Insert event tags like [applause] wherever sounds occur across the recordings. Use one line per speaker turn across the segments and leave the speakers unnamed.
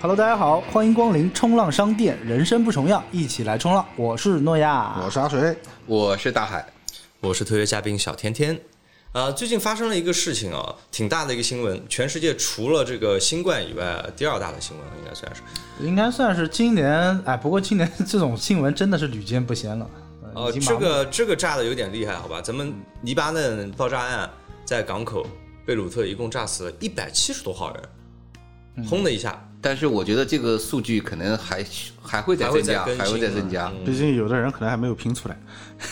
Hello，大家好，欢迎光临冲浪商店，人生不重样，一起来冲浪。我是诺
啊
亚，
我是阿水，
我是大海，
我是特约嘉宾小甜甜。呃，最近发生了一个事情啊，挺大的一个新闻，全世界除了这个新冠以外，第二大的新闻应该算是。
应该算是今年，哎，不过今年这种新闻真的是屡见不鲜了。
呃，这个这个炸的有点厉害，好吧？咱们黎巴嫩爆炸案在港口，贝鲁特一共炸死了一百七十多号人，轰的一下。
但是我觉得这个数据可能还还会再增加，
还会再更新啊
还会再增加。
毕竟有的人可能还没有拼出来。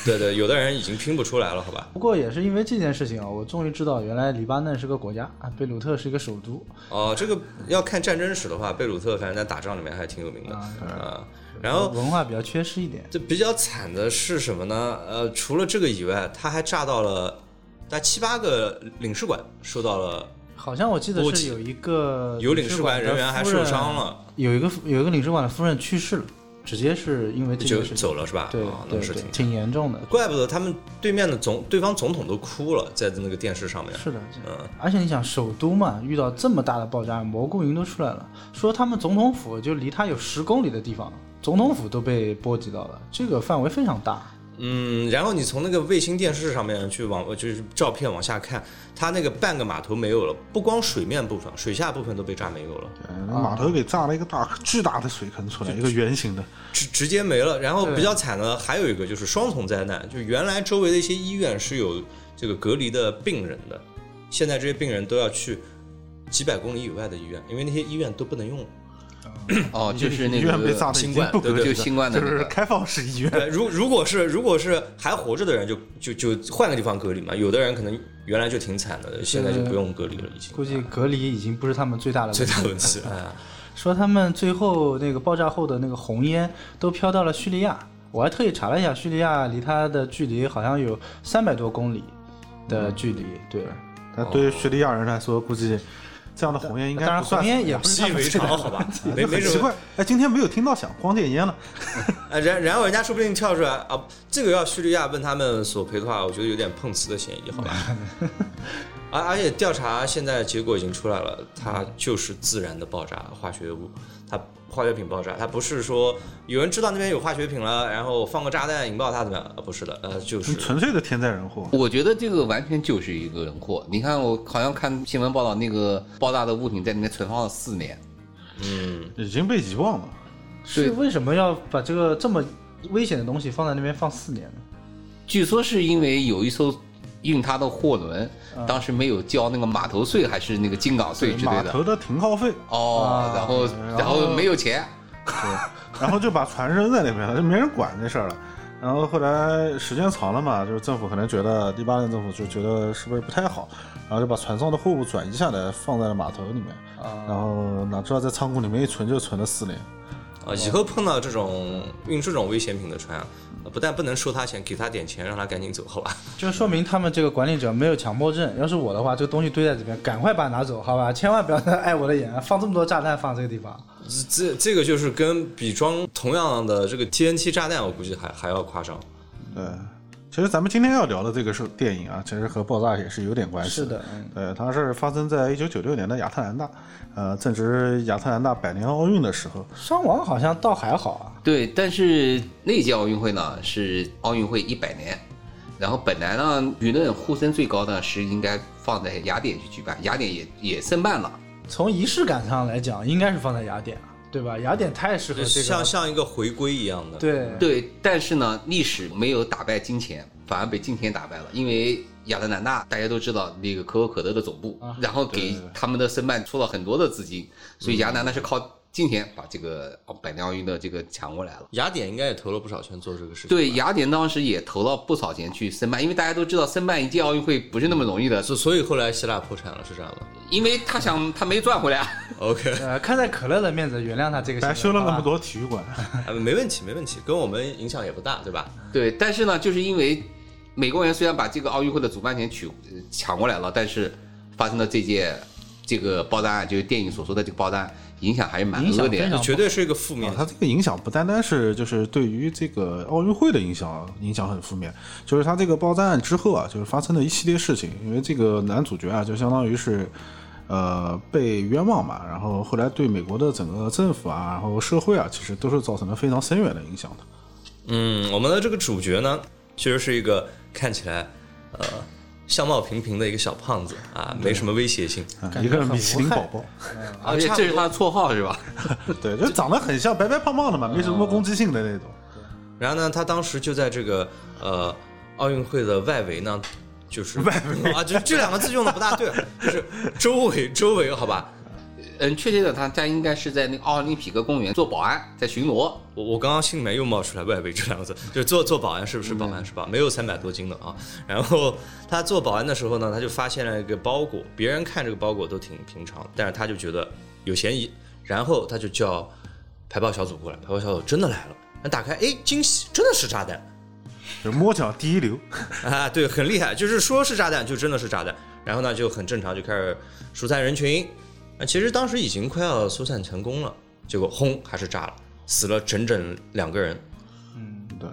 对对，有的人已经拼不出来了，好吧？
不过也是因为这件事情啊，我终于知道原来黎巴嫩是个国家啊，贝鲁特是一个首都。
哦、这个要看战争史的话，贝鲁特反正在打仗里面还挺有名的啊、然后
文化比较缺失一点，
这比较惨的是什么呢？呃，除了这个以外，他还炸到了大概七八个领事馆，受到了
好像我记得
我
是
记
有一个
有领事馆人员还受伤
了，
了，
有一个有一个领事馆的夫人去世了，直接是因为这
就
件事情
走了是吧？
对
啊，那
对
是
对
挺，惨。
挺严重的。
怪不得他们对面的总对方总统都哭了，在那个电视上面。
是的，
嗯，
而且你想，首都嘛，遇到这么大的爆炸，蘑菇云都出来了。说他们总统府就离他有十公里的地方，总统府都被波及到了，这个范围非常大。
嗯，然后你从那个卫星电视上面去往呃就是照片往下看，它那个半个码头没有了，不光水面部分，水下部分都被炸没有了，
嗯，
啊
码头给炸了一个大巨大的水坑出来，一个圆形的。
直直接没了。然后
对
比较惨的还有一个就是双重灾难，就原来周围的一些医院是有这个隔离的病人的，现在这些病人都要去几百公里以外的医院，因为那些医院都不能用了。嗯
哦，就是那
医院被炸
个
的已
新
经
冠
不合
对
格
对
了，
就新冠的
就
那个
是开放式医院。
对，如如果是如果是还活着的人就，就就换个地方隔离嘛。有的人可能原来就挺惨的，现在就不用隔离了，已经啊
估计隔离已经不是他们最大的问
嗯最
题。
大问题。哎呀
说他们最后那个爆炸后的那个红烟都飘到了叙利亚，我还特意查了一下，叙利亚离它的距离好像有三百多公里的距离。对，
哦
那对于叙利亚人来说，估计这样的红烟应该
当然
不算
红烟也不是
习
他
以
们
为
最
常
大，的
好吧，
啊
没
这
没
很
什
[laughs] 奇
么。
怪。哎，今天没有听到响光电烟了。
呃然然后人家说不定跳出来啊，这个要叙利亚问他们索赔的话，我觉得有点碰瓷的嫌疑，好吧？而而且调查现在结果已经出来了，它就是自然的爆炸，化学物，它化学品爆炸，它不是说有人知道那边有化学品了，然后放个炸弹引爆它怎么样？呃不是的，呃，就是
纯粹的天灾人祸。
我觉得这个完全就是一个人祸。你看，我好像看新闻报道，那个爆炸的物品在里面存放了四年，
嗯，
已经被遗忘了。
[laughs] 是
对
为什么要把这个这么危险的东西放在那边放四年呢？
据说是因为有一艘运它的货轮
嗯
当时没有交那个码头税还是那个进港税之类
码
的
头啊的停靠费，
哦，然后然后没有钱，
对，然后就把船扔在那边了，就没人管这事儿了。然后后来时间长了嘛，就是政府可能觉得黎巴嫩政府就觉得是不是不太好，然后就把船上的货物转移下来，放在了码头里面。
啊
然后哪知道在仓库里面一存就存了四年。
啊，以后碰到这种运这种危险品的船啊，不但不能收他钱，给他点钱，让他赶紧走，好吧？
就说明他们这个管理者没有强迫症。要是我的话，这个东西堆在这边，赶快把它拿走，好吧？千万不要再碍我的眼，放这么多炸弹放这个地方。
这这这个就是跟比装同样的这个 TNT 炸弹，我估计还还要夸张。
对，其实咱们今天要聊的这个是电影啊，其实和爆炸也是有点关系。
是的，嗯，
对，它是发生在一九九六年的亚特兰大，呃，正值亚特兰大百年奥运的时候。
伤亡好像倒还好啊。
对，但是那届奥运会呢是奥运会一百年，然后本来呢舆论呼声最高呢是应该放在雅典去举办，雅典也也申办了。
从仪式感上来讲，应该是放在雅典啊，对吧？雅典太适合这个
像，像一个回归一样的。，
对
对，但是呢，历史没有打败金钱，反而被金钱打败了。因为亚特兰大大家都知道那个可口可乐的总部，然后给他们的申办出了很多的资金，所以亚特兰大是靠金钱把这个奥百年奥运的这个抢过来了。
雅典应该也投了不少钱做这个事情。
对，雅典当时也投了不少钱去申办，因为大家都知道申办一届奥运会不是那么容易的，
所所以后来希腊破产了，是这样吗
因为他想他没赚回来。啊
？OK，
呃，看在可乐的面子，原谅他这个啊行为。
白修了那
好
么
吧，
多体育馆，
啊没问题，没问题，跟我们影响也不大，对吧？
[laughs] 对，但是呢，就是因为美国人虽然把这个奥运会的主办权取呃抢过来了，但是发生了这届这个爆炸案，就是电影所说的这个爆炸案，影响还是蛮
影响
恶
非
劣
常
的。
不好
绝对是一个负面
啊，。它这个影响不单单是就是对于这个奥运会的影响，影响很负面，就是它这个爆炸案之后啊，就是发生的一系列事情，因为这个男主角啊，就相当于是。呃被冤枉吧，然后后来对美国的整个政府啊，然后社会啊，其实都是造成了非常深远的影响的。
嗯，我们的这个主角呢，确实是一个看起来呃相貌平平的一个小胖子啊，没什么威胁性。
啊
感觉
一个
很
米其林
无害
宝宝，
而
啊
且这是他的绰号是吧？
对，就长得很像白白胖胖的嘛，没什么攻击性的那种。
然后呢，他当时就在这个呃奥运会的外围呢，就是外围 [laughs] 啊，就是这两个字用的不大对，啊 [laughs] 就是周围周围，好吧。
嗯，确切的他他应该是在那个奥林匹克公园做保安，在巡逻。
我我刚刚心里面又冒出来“外围”这两个字， [laughs] 就是做做保安是不是保安是吧？没有三百多斤的啊。 [laughs] 然后他做保安的时候呢，他就发现了一个包裹，别人看这个包裹都挺平常，但是他就觉得有嫌疑，然后他就叫排爆小组过来，排爆小组真的来了，那打开，哎，惊喜，真的是炸弹。
嗯
就摸奖第
[laughs]
一流，
啊，对，很厉害，就是说是炸弹，就真的是炸弹。然后呢，就很正常，就开始疏散人群。啊，其实当时已经快要疏散成功了，结果轰还是炸了，死了整整两个人。
对，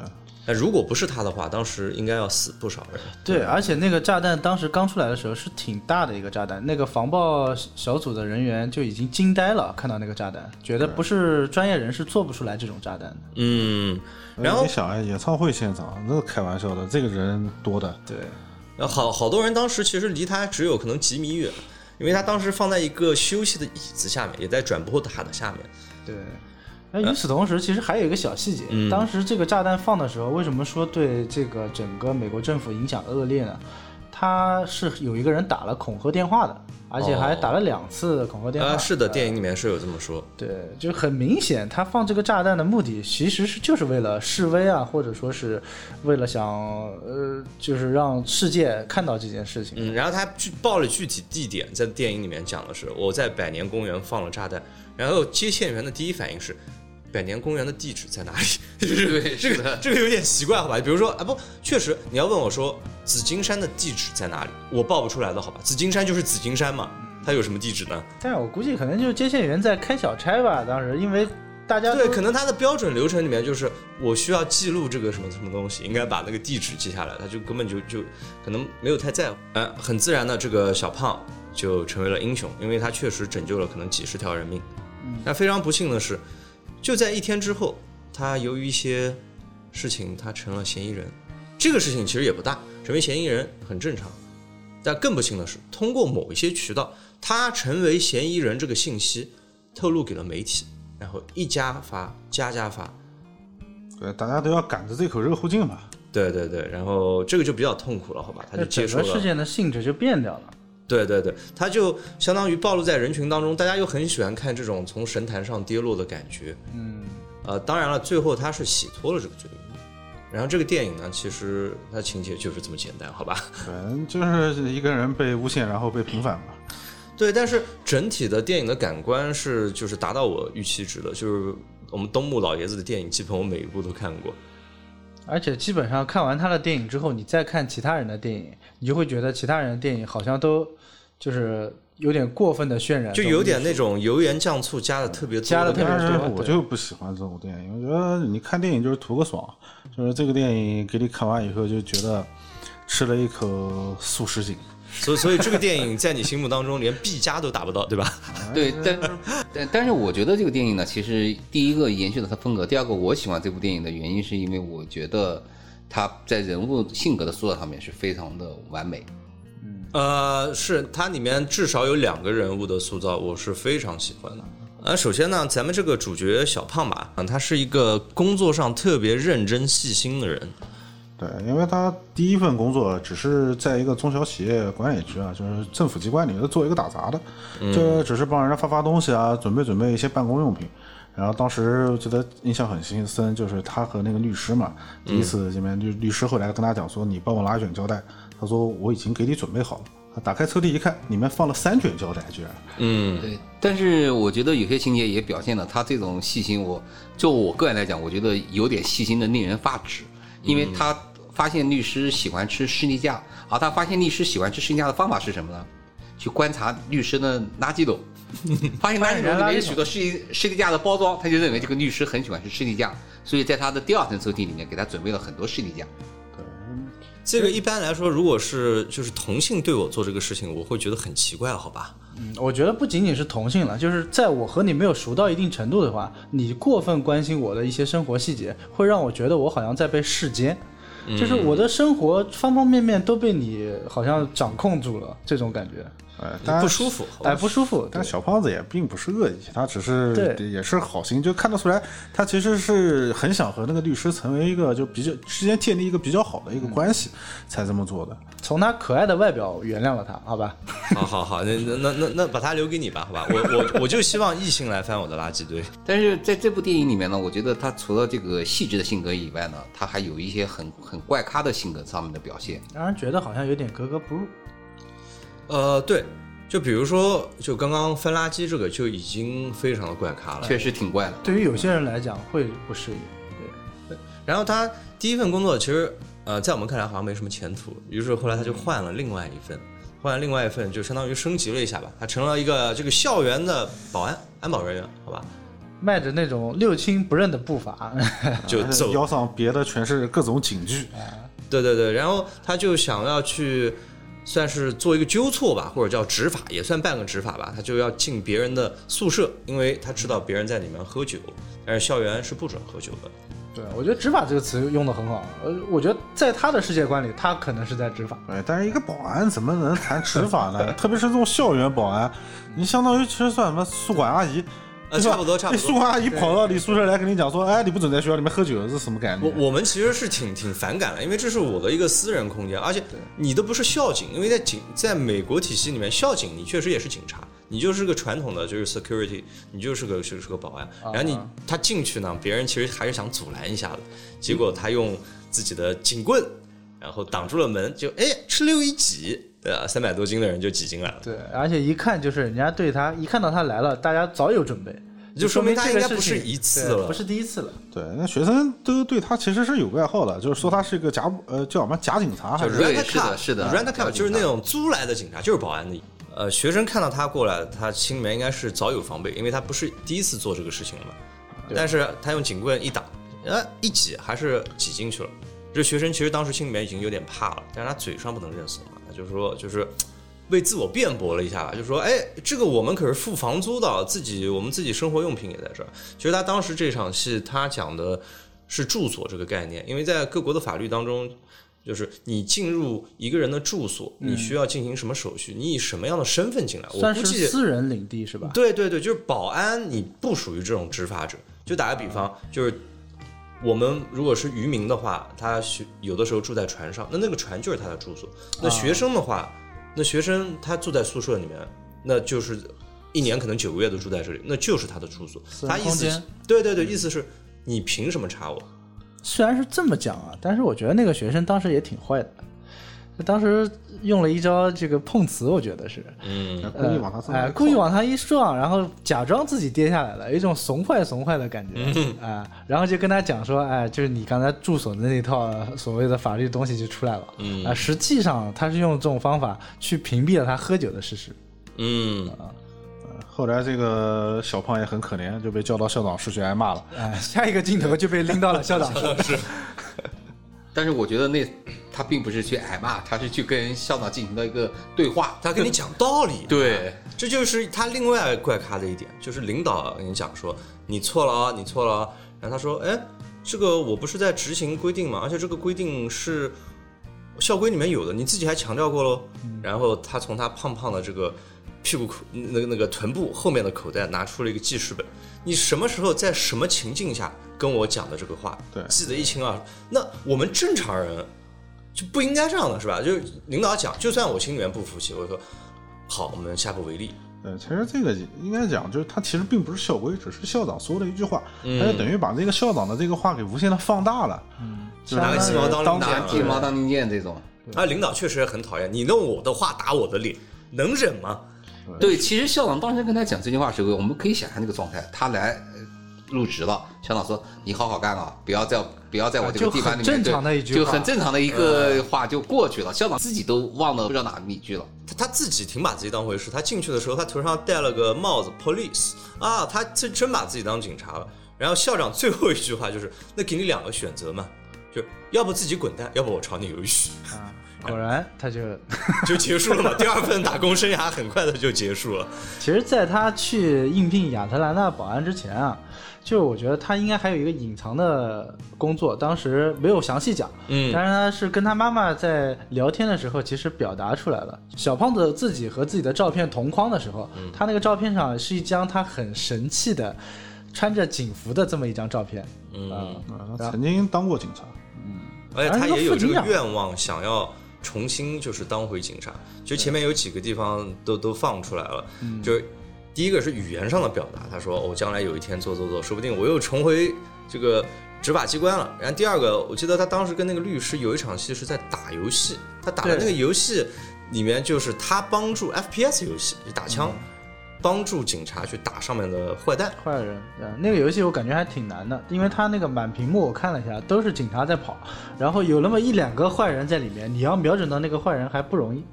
那如果不是他的话，当时应该要死不少人。
对，而且那个炸弹当时刚出来的时候是挺大的一个炸弹，那个防爆小组的人员就已经惊呆了，看到那个炸弹，觉得不是专业人是做不出来这种炸弹的。
嗯，然
哎
后
你想啊，演唱会现场那开玩笑的，这个人多的，
对，
呃好好多人当时其实离他只有可能几米远，因为他当时放在一个休息的椅子下面，也在转播塔的下面。
对。那与此同时，其实还有一个小细节，
嗯
当时这个炸弹放的时候，为什么说对这个整个美国政府影响恶劣呢？他是有一个人打了恐吓电话的，而且还
哦
打了两次恐吓电话。
啊，是的，
呃
电影里面是有这么说。
对，就很明显，他放这个炸弹的目的其实是就是为了示威啊，或者说是为了想呃，就是让世界看到这件事情。
嗯，然后他具报了具体地点，在电影里面讲的是我在百年公园放了炸弹，然后接线员的第一反应是。百年公园的地址在哪里？
[laughs]
[laughs]
[laughs] 对，
这
是
个
的，
这个有点奇怪，好吧？比如说啊，不，确实你要问我说紫金山的地址在哪里，我报不出来的，好吧？紫金山就是紫金山嘛，它有什么地址呢？
但是我估计可能就是接线员在开小差吧，当时因为大家
对，
都
可能它的标准流程里面就是我需要记录这个什么什么东西，应该把那个地址记下来，他就根本就就可能没有太在乎。呃，很自然的，这个小胖就成为了英雄，因为他确实拯救了可能几十条人命。
嗯
那非常不幸的是，就在一天之后，他由于一些事情，他成了嫌疑人。这个事情其实也不大，成为嫌疑人很正常。但更不幸的是，通过某一些渠道，他成为嫌疑人这个信息透露给了媒体，然后一家发，家家发，
对，大家都要赶着这口热乎劲嘛。
对对对，然后这个就比较痛苦了，好吧？他就接
整
受
个
了
事件的性质就变掉了。
对对对，他就相当于暴露在人群当中，大家又很喜欢看这种从神坛上跌落的感觉。嗯，呃，当然了，最后他是洗脱了这个罪名。然后这个电影呢，其实它情节就是这么简单，好吧？ [laughs]
对，就是一个人被诬陷，然后被平反嘛。
对，但是整体的电影的感官是就是达到我预期值的，就是我们东木老爷子的电影，基本我每一部都看过。
而且基本上看完他的电影之后，你再看其他人的电影，你就会觉得其他人的电影好像都就是有点过分的渲染，
就有点那种油盐酱醋加的特别多
加得
的
特别
感
但
觉
是
多
我
对
就不喜欢这种电影，我觉得你看电影就是图个爽，就是这个电影给你看完以后就觉得吃了一口素食锦。
所以所以这个电影在你心目当中连 B 加都达不到，对吧？
[laughs] 对，但但但是我觉得这个电影呢，其实第一个延续了它风格，第二个我喜欢这部电影的原因是因为我觉得它在人物性格的塑造上面是非常的完美。
[laughs] 呃，是它里面至少有两个人物的塑造，我是非常喜欢的。呃，首先呢，咱们这个主角小胖吧，啊，他是一个工作上特别认真细心的人，
对，因为他第一份工作只是在一个中小企业管理局啊，就是政府机关里头做一个打杂的，这只是帮人家发发东西啊，准备准备一些办公用品。然后当时我记得印象很深深，就是他和那个律师嘛，第一次见面，律律师后来跟他讲说：“你帮我拿一卷胶带。”他说：“我已经给你准备好了。”他打开抽屉一看，里面放了三卷胶带，居然。
嗯，
对，但是我觉得有些情节也表现了他这种细心我。就我个人来讲，我觉得有点细心的令人发指，因为他发现律师喜欢吃士力架，而他发现律师喜欢吃士力架的方法是什么呢？去观察律师的垃圾桶，发现垃圾桶里面有许多士力士力架的包装，他就认为这个律师很喜欢吃士力架，所以在他的第二层抽屉里面给他准备了很多士力架。
这个一般来说，如果是就是同性对我做这个事情，我会觉得很奇怪，好吧？
嗯，我觉得不仅仅是同性了，就是在我和你没有熟到一定程度的话，你过分关心我的一些生活细节，会让我觉得我好像在被世间，
嗯
就是我的生活方方面面都被你好像掌控住了，这种感觉，
哎，当然
不舒服。
哎，不舒服。
但小胖子也并不是恶意，他只是
对
也是好心，就看得出来，他其实是很想和那个律师成为一个就比较之间建立一个比较好的一个关系，才这么做的。
从他可爱的外表原谅了他，好吧？
好好好，那那那那那把它留给你吧，好吧？我我我就希望异性来翻我的垃圾堆。
但是在这部电影里面呢，我觉得他除了这个细致的性格以外呢，他还有一些很很怪咖的性格上面的表现。
让人觉得好像有点格格不入。
呃，对，就比如说，就刚刚翻垃圾这个就已经非常的怪咖了。
确实挺怪的。
对于有些人来讲会不适应。
然后他第一份工作其实呃，在我们看来好像没什么前途，于是后来他就换了另外一份，换了另外一份就相当于升级了一下吧，他成了一个这个校园的保安，安保人员，
[laughs]
好吧，
迈着那种六亲不认的步伐， [laughs]
就
他
走，
呃腰上别的全是各种警句，
对对对，然后他就想要去。算是做一个纠错吧，或者叫执法，也算半个执法吧。他就要进别人的宿舍，因为他知道别人在里面喝酒，但是校园是不准喝酒的。
对我觉得“执法”这个词用的很好。呃，我觉得在他的世界观里，他可能是在执法。
哎，但是一个保安怎么能谈执法
[laughs]
呢？特别是这种校园保安，你相当于其实算什么宿管阿姨，
呃
对吧
差不多差不多
那宿 [laughs] 管阿姨跑到你宿舍来跟你讲说，哎，你不准在学校里面喝酒，是什么感觉？
我我们其实是挺挺反感的，因为这是我的一个私人空间，而且你都不是校警，因为在警在美国体系里面，校警你确实也是警察，你就是个传统的就是 security，你就是个就是个保安，然后你他进去呢，别人其实还是想阻拦一下的，结果他用自己的警棍，然后挡住了门，就哎哧溜一挤，对啊，三百多斤的人就挤进来了，
对，而且一看就是人家对他，一看到他来了，大家早有准备，
就说明
明
他
这个
应该不
事
是
情
一次
对
了
不是第一次了。
对，那学生都对他其实是有外号的，就是说他是一个假呃叫什么假警察还？
就是是 rent
对
a
是
car，
的是的
rent a
要
car
警
就是
察
那种租来的警察，就是保安的。呃，学生看到他过来，他心里面应该是早有防备，因为他不是第一次做这个事情了嘛。但是他用警棍一挡，呃，一挤还是挤进去了。这学生其实当时心里面已经有点怕了，但是他嘴上不能认怂嘛，他就说就是为自我辩驳了一下吧，就说哎，这个我们可是付房租的，自己我们自己生活用品也在这儿。其实他当时这场戏他讲的是住所这个概念，因为在各国的法律当中，就是你进入一个人的住所，你需要进行什么手续，你以什么样的身份进来，我
算
估
是
计
私人领地是吧？
对对对，就是保安，你不属于这种执法者。就打个比方，
嗯
就是我们如果是渔民的话，他学有的时候住在船上，那那个船就是他的住所。那
哦
学生的话，那学生他住在宿舍里面，那就是一年可能九个月都住在这里，那就是他的住所。
私人
他意思
空
是
间，
对对对，意思是你凭什么查我？
虽然是这么讲啊，但是我觉得那个学生当时也挺坏的，他当时用了一招这个碰瓷，我觉得是。
嗯，
呃故意往他身
哎、
上
故意往他一撞，然后假装自己跌下来了，有一种怂坏怂坏的感觉啊、然后就跟他讲说，哎，就是你刚才住所的那一套所谓的法律东西就出来了，嗯啊、实际上他是用这种方法去屏蔽了他喝酒的事实，
嗯，
后来这个小胖也很可怜，就被叫到校长室去挨骂了。
哎、下一个镜头就被拎到了校长室，
但是我觉得那他并不是去挨骂，他是去跟校长进行了一个对话。
他 [laughs] 跟你讲道理。
对，
这就是他另外怪咖的一点，就是领导跟你讲说你错了啊，你错了啊，然后他说，哎，这个我不是在执行规定嘛，而且这个规定是校规里面有的，你自己还强调过喽。然后他从他胖胖的这个屁股口那个那个臀部后面的口袋拿出了一个记事本，你什么时候在什么情境下跟我讲的这个话，
对
记得一清二楚。那我们正常人就不应该这样的是吧？就是领导讲，就算我心里面不服气，我说。好，我们下不为例。
对，呃其实这个应该讲，就是他其实并不是校规，只是校长说了一句话，他就等于把这个校长的这个话给无限的放大了。
相
拿个鸡毛
当于
当
当
令
拿
箭
鸡毛当令箭这种。
啊，领导确实很讨厌，你用我的话打我的脸，能忍吗？
对，其实校长当时跟他讲这句话的时候，我们可以想象那个状态，他来呃入职了，校长说：“你好好干啊，不要在不要在我这个
啊就
地盘
很
里面。对”
正常的一句
就
话嗯
很正常的一个话就过去了，校长自己都忘了不知道哪里去了。
他他自己挺把自己当回事，他进去的时候，他头上戴了个帽子，police 啊，他真真把自己当警察了。然后校长最后一句话就是，那给你两个选择嘛，就是要不自己滚蛋，要不我炒你鱿鱼。
果然他就，
[laughs]
[laughs]
就结束了嘛。第二份打工生涯很快的就结束了。
其实，在他去应聘亚特兰大保安之前啊，就是我觉得他应该还有一个隐藏的工作，当时没有详细讲，
嗯
但是他是跟他妈妈在聊天的时候，其实表达出来了。小胖子自己和自己的照片同框的时候，
嗯
他那个照片上是一张他很神气的。穿着警服的这么一张照片，
嗯，
啊他曾经当过警察，
而且他也有这个愿望，想要重新就是当回警察。就前面有几个地方都都放出来了，就第一个是语言上的表达，他说我、将来有一天做做做，说不定我又重回这个执法机关了。然后第二个，我记得他当时跟那个律师有一场戏是在打游戏，他打的那个游戏里面就是他帮助 FPS 游戏打枪。帮助警察去打上面的坏蛋，
坏人，对，那个游戏我感觉还挺难的，因为它那个满屏幕我看了一下，都是警察在跑，然后有那么一两个坏人在里面，你要瞄准到那个坏人还不容易。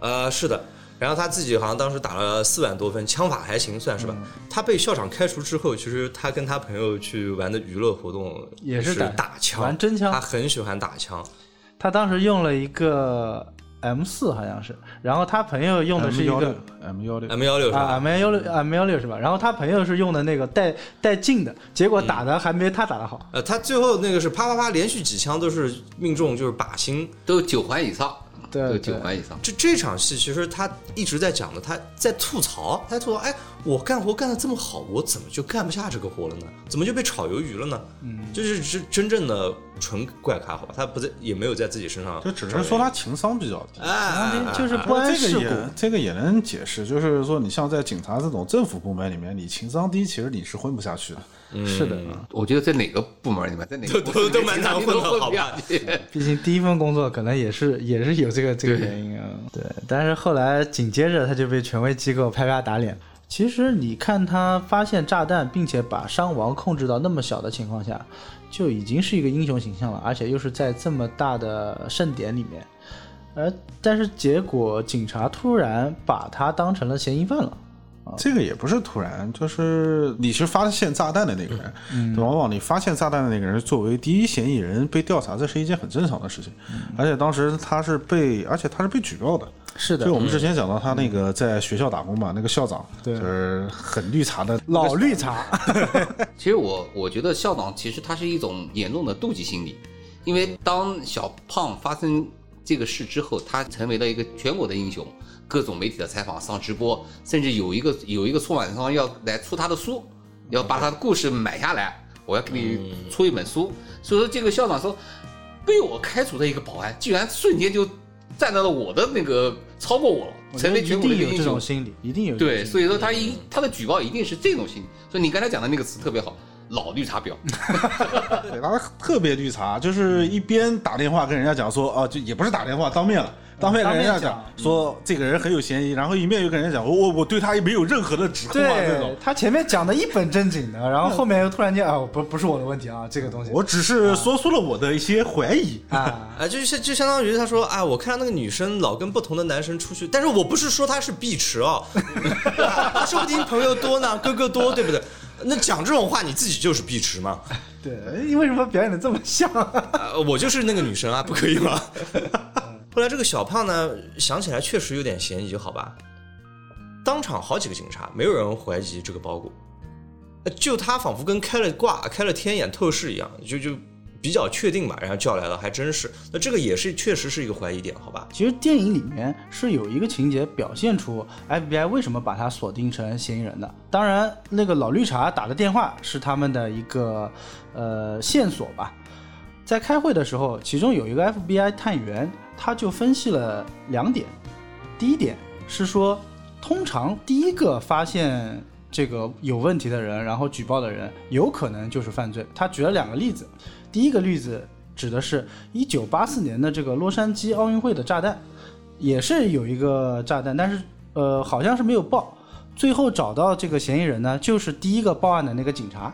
呃，是的。然后他自己好像当时打了四万多分，枪法还行，算是
嗯
吧。他被校长开除之后，其实他跟他朋友去玩的娱乐活动
也是
是
打
打枪，
玩真枪
他很喜欢打枪，
他当时用了一个 M 四好像是，然后他朋友用的是一个
M 幺六，
M 幺六是
啊
吧？
M 幺
嗯
六 M 幺六是吧？然后他朋友是用的那个带带镜的，结果打
嗯
的还没他打的
啊
好。
呃，他最后那个是啪啪啪连续几枪都是命中，就是靶心。
都九环以上，
对
都
对
九环以上。
这这场戏其实他一直在讲的，他在吐槽，他在吐槽，哎，我干活干得这么好，我怎么就干不下这个活了呢？怎么就被炒鱿鱼了呢？嗯，就是是真正的纯怪咖，好吧？他不在，也没有在自己身上，
就只是说他情商比较低。
哎，哎，哎
就是不
不过
安
啊这
事
个也
故，
这个也能解释，就是说你像在警察这种政府部门里面，你情商低，其实你是混不下去的。
是的，
我觉得在哪个部门里面，在哪个公
都
司里面
都蛮难
你都
混的
混不下去。
毕竟第一份工作可能也是也是有这个这个原因啊。对，但是后来紧接着他就被权威机构啪啪打脸。其实你看他发现炸弹，并且把伤亡控制到那么小的情况下，就已经是一个英雄形象了，而且又是在这么大的盛典里面，而但是结果警察突然把他当成了嫌疑犯了。
这个也不是突然，就是你是发现炸弹的那个人，
嗯
往往你发现炸弹的那个人作为第一嫌疑人被调查，这是一件很正常的事情。
嗯
而且当时他是被，而且他是被举报的。
是的嗯
就，我们之前讲到他那个在学校打工嘛，那个校长
对
就是很绿茶的
老绿茶，
其实我我觉得校长其实他是一种严重的妒忌心理，因为当小胖发生这个事之后，他成为了一个全国的英雄，各种媒体的采访、上直播，甚至有一个 [laughs] 有一个出版商要来出他的书，要把他的故事买下来，我要给你出一本书。所以说这个校长说，被我开除的一个保安，居然瞬间就站到了我的那个超过我了， [laughs] 成为
一
全国的
定
一
有
个英
这
雄
种。心理，一定有这种
对，
心理
所以说他一他的举报一定是这种心理。所以你刚才讲的那个词特别好，老绿茶
[laughs]
婊。
对，他特别绿茶，就是一边打电话跟人家讲说，啊，就也不是打电话，当面了，当面跟人
嗯
家
当面嗯
讲说这个人很有嫌疑，然后一面又跟人家讲，我我我对他也没有任何的指控啊，这种
对。他前面讲的一本正经的，然后后面又突然间啊，不不是我的问题啊，这个东西
我只是说出了我的一些怀疑。
啊，
啊，就是就相当于他说啊，我看到那个女生老跟不同的男生出去，但是我不是说她是碧池哦， [laughs] 她说不定朋友多呢，哥哥多，对不对？那讲这种话你自己就是碧池嘛？
对，哎为什么表演的这么像？
啊，我就是那个女生啊，不可以吗？ [laughs] 后来这个小胖呢，想起来确实有点嫌疑，好吧？当场好几个警察，没有人怀疑这个包裹，呃就他仿佛跟开了挂、开了天眼透视一样，就就比较确定吧。然后叫来了，还真是。那这个也是确实是一个怀疑点，好吧？
其实电影里面是有一个情节表现出 FBI 为什么把他锁定成嫌疑人的。当然，那个老绿茶打的电话是他们的一个呃线索吧。在开会的时候，其中有一个 FBI 探员，他就分析了两点。第一点是说，通常第一个发现这个有问题的人，然后举报的人，有可能就是犯罪。他举了两个例子，第一个例子指的是1984年的这个洛杉矶奥运会的炸弹，也是有一个炸弹，但是呃好像是没有爆。最后找到这个嫌疑人呢，就是第一个报案的那个警
[laughs]
察。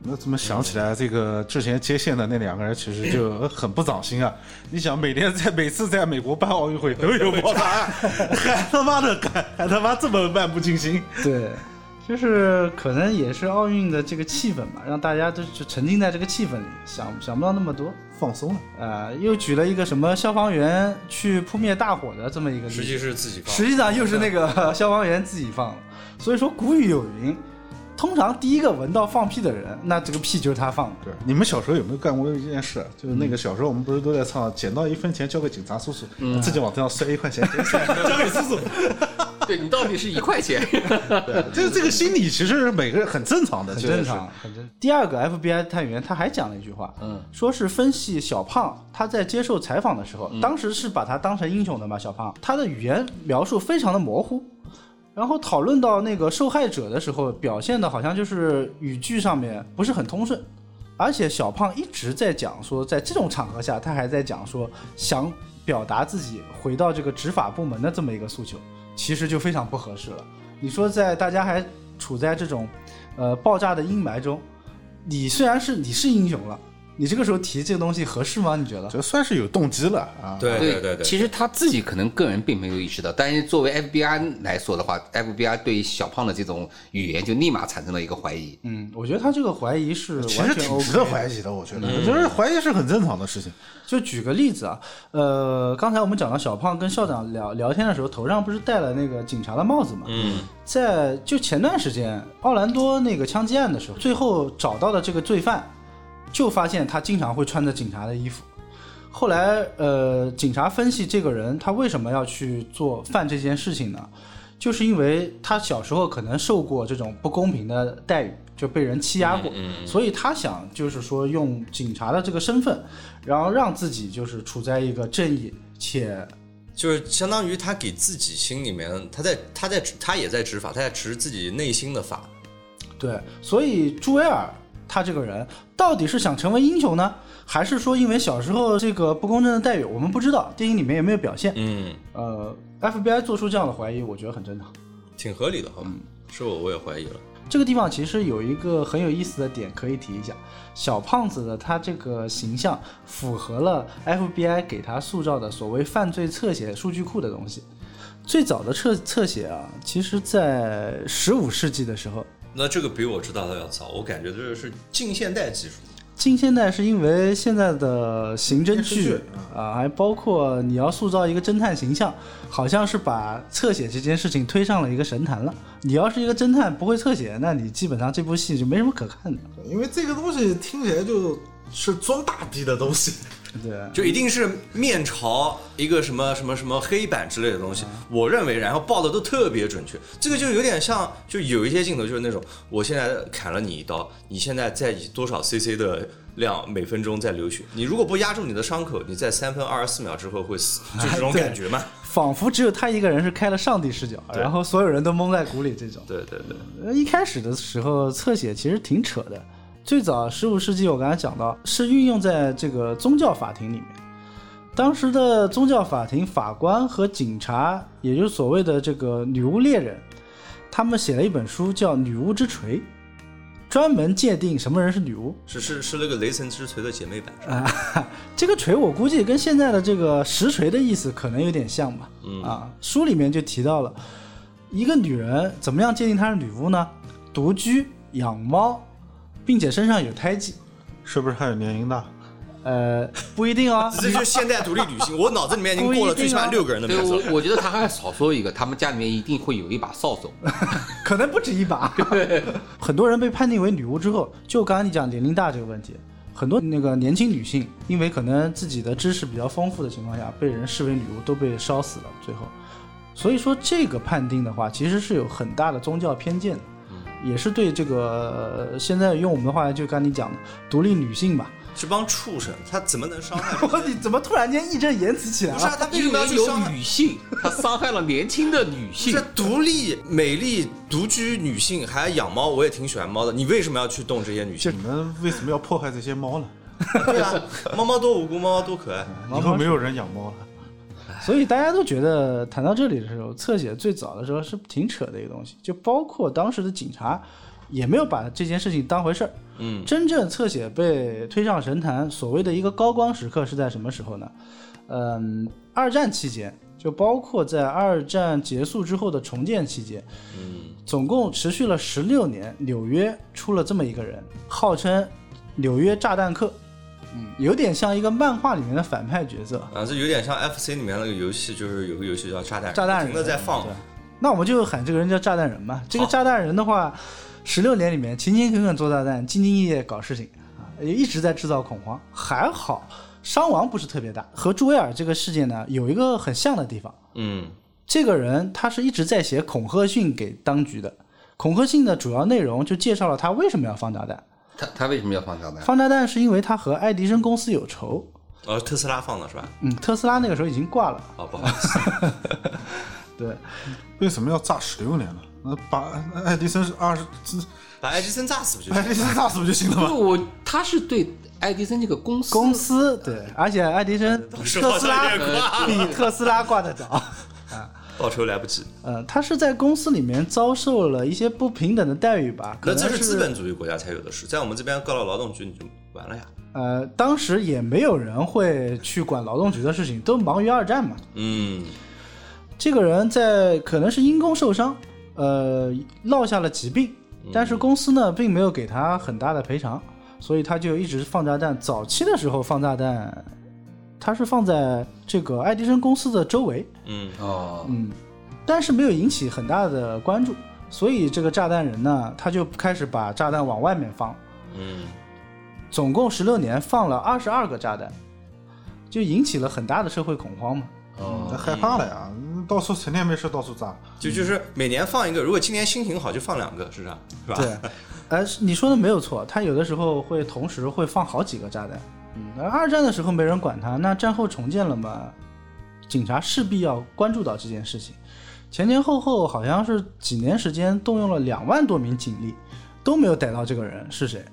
那怎么想起来，这个之前接线的那两个人其实就 [laughs] 很不长心啊！你想，每年在每次在美国办奥运 [laughs] 会都有爆炸案，还他妈的敢，还他妈这么漫不经心。
对，就是可能也是奥运的这个气氛吧，让大家就就沉浸在这个气氛里，想想不到那么多。
放松了。
呃，又举了一个什么消防员去扑灭大火的这么一个例
实
子，
际是自己放。
实际上又是那个消防员自己放的。所以说古语有云，通常第一个闻到放屁的人，那这个屁就是他放的。
对，你们小时候有没有干过一件事？就是那个小时候我们不是都在唱“捡到一分钱交给警察叔叔”，自己往地上摔一块 [laughs] 钱，捡起来交给叔叔。
对你到底是一块钱，
对，这这个心理其实是每个人很正常的，
很
其实
正
是
常，很正。第二个 FBI 探员他还讲了一句话，
嗯，
说是分析小胖他在接受采访的时候，当时是把他当成英雄的嘛，小胖他的语言描述非常的模糊，然后讨论到那个受害者的时候，表现的好像就是语句上面不是很通顺。而且小胖一直在讲说，在这种场合下，他还在讲说想表达自己回到这个执法部门的这么一个诉求，其实就非常不合适了。你说在大家还处在这种呃爆炸的阴霾中，你虽然是你是英雄了，你这个时候提这个东西合适吗？你觉得？
就算是有动机了啊。
[laughs] 对对对对，
其实他自己可能个人并没有意识到，但是作为 FBI 来说的话，FBI 对小胖的这种语言就立马产生了一个怀疑。
嗯，我觉得他这个怀疑是
其
完
实
全
挺
OK
值得怀疑的，我嗯觉得，就是怀疑是很正常的事情。
就举个例子啊，呃，刚才我们讲到小胖跟校长聊聊天的时候，头上不是戴了那个警察的帽子嘛？
嗯，
在就前段时间奥兰多那个枪击案的时候，最后找到的这个罪犯，就发现他经常会穿着警察的衣服。后来，呃，警察分析这个人他为什么要去做犯这件事情呢？就是因为他小时候可能受过这种不公平的待遇，就被人欺压
嗯
过，所以他想就是说用警察的这个身份，然后让自己就是处在一个正义且
就是相当于他给自己心里面，他在他在他也在执法，他在执自己内心的法。
对，所以朱维尔他这个人到底是想成为英雄呢，还是说因为小时候这个不公正的待遇，我们不知道，电影里面也没有表现。
嗯，
呃，FBI 做出这样的怀疑，我觉得很正常。
挺合理的哈。是我我也怀疑了。
这个地方其实有一个很有意思的点可以提一下，小胖子的他这个形象符合了 FBI 给他塑造的所谓犯罪侧写数据库的东西。最早的侧侧写啊，其实在十五世纪的时候，
那这个比我知道的要早，我感觉这是近现代技术。
近现代是因为现在的刑侦
电视
剧
剧
啊，还包括你要塑造一个侦探形象，好像是把侧写这件事情推上了一个神坛了。你要是一个侦探不会侧写，那你基本上这部戏就没什么可看的。
因为这个东西听起来就是装大逼的东西， [laughs]
对，
就一定是面朝一个什么什么什么黑板之类的东西，我认为，然后报的都特别准确。这个就有点像，就有一些镜头就是那种，我现在砍了你一刀，你现在再以多少 CC 的量每分钟在流血，你如果不压住你的伤口，你在三分二十四秒之后会死，就是这种感觉嘛。
仿佛只有他一个人是开了上帝视角，然后所有人都蒙在鼓里这种。
对对对，
呃一开始的时候，侧写其实挺扯的。最早十五世纪，我刚才讲到是运用在这个宗教法庭里面。当时的宗教法庭法官和警察，也就是所谓的这个女巫猎人，他们写了一本书叫《女巫之锤》，专门界定什么人是女巫。
是是是那个雷神之锤的姐妹版，是吧？。
这个锤我估计跟现在的这个实锤的意思可能有点像吧。啊，书里面就提到了，一个女人怎么样界定她是女巫呢？独居、养猫，并且身上有胎记。
是不是还有年龄大？
呃，不一定哦
[laughs] 这就是现代独立女性，我脑子里面已经过了最起码六个人的
对
名字了。
我，我觉得他还少说一个，他们家里面一定会有一把扫帚。
可能不止一把。很多人被判定为女巫之后，就刚刚你讲年龄大这个问题，很多那个年轻女性，因为可能自己的知识比较丰富的情况下，被人视为女巫，都被烧死了。最后，所以说这个判定的话，其实是有很大的宗教偏见的，也是对这个、呃现在用我们的话就刚你讲的独立女性吧。 [laughs]
这帮畜生，他怎么能伤害？
你怎么突然间义正言辞起来
不是啊，
了？
他为什
因
么要
为
去
有
伤害？
女性，他伤害了年轻的女性
[laughs] 这。独立、美丽、独居女性，还养猫，我也挺喜欢猫的。你为什么要去动这些女
[laughs]
性？
你们为什么要迫害这些猫呢？
对啊， [laughs] 猫猫多无辜，猫猫多可爱。
以后没有人养猫了。
[laughs] 所以大家都觉得谈到这里的时候，侧写最早的时候是挺扯的一个东西，就包括当时的警察也没有把这件事情当回事儿。
嗯，
真正侧写被推上神坛，所谓的一个高光时刻是在什么时候呢？嗯，二战期间，就包括在二战结束之后的重建期间，嗯，总共持续了十六年，纽约出了这么一个人，号称纽约炸弹客，嗯，有点像一个漫画里面的反派角色。
啊，这有点像 FC 里面那个游戏，就是有个游戏叫炸弹人，
炸弹人
哎不停的在放
对，那我们就喊这个人叫炸弹人吧。这个炸弹人的话，十六年里面勤勤恳恳做炸弹，兢兢业业搞事情啊，也一直在制造恐慌。还好伤亡不是特别大。和朱维尔这个事件呢，有一个很像的地方，
嗯，
这个人他是一直在写恐吓信给当局的。恐吓信的主要内容就介绍了他为什么要放炸弹。
他他为什么要放炸弹？
放炸弹是因为他和爱迪生公司有仇。
哦，特斯拉放的是吧？
嗯，特斯拉那个时候已经挂了。
哦，不好意
[laughs]
思，
对，
为什么要炸十六年呢？那把爱迪生是二十，
把爱迪生炸死不就
爱
哎
行？
迪生炸死不就行了
不是
[laughs]
吗？
哦我，他是对爱迪生这个公司
公司对，而且爱迪生比特斯拉
呃是吧
比特斯拉挂得
[laughs]
早。
报仇来不及，
嗯，他是在公司里面遭受了一些不平等的待遇吧？可
那
能
这是资本主义国家才有的事，在我们这边告到劳动局你就完了呀。
呃，当时也没有人会去管劳动局的事情，都忙于二战嘛。
嗯，
这个人在可能是因公受伤，呃，落下了疾病，
嗯
但是公司呢并没有给他很大的赔偿，所以他就一直放炸弹。早期的时候放炸弹，他是放在这个爱迪生公司的周围，
嗯，
哦，
嗯，但是没有引起很大的关注，所以这个炸弹人呢，他就开始把炸弹往外面放，
嗯，
总共十六年放了二十二个炸弹，就引起了很大的社会恐慌嘛。
哦
那害怕了呀，嗯到处成天没事到处炸。
嗯
就就是每年放一个，如果今年心情好就放两个，是这样，是吧？
对，
[laughs]
呃，是你说的没有错，他有的时候会同时会放好几个炸弹。嗯，而二战的时候没人管他，那战后重建了嘛，警察势必要关注到这件事情。前前后后好像是几年时间，动用了两万多名警力，都没有逮到这个人是谁，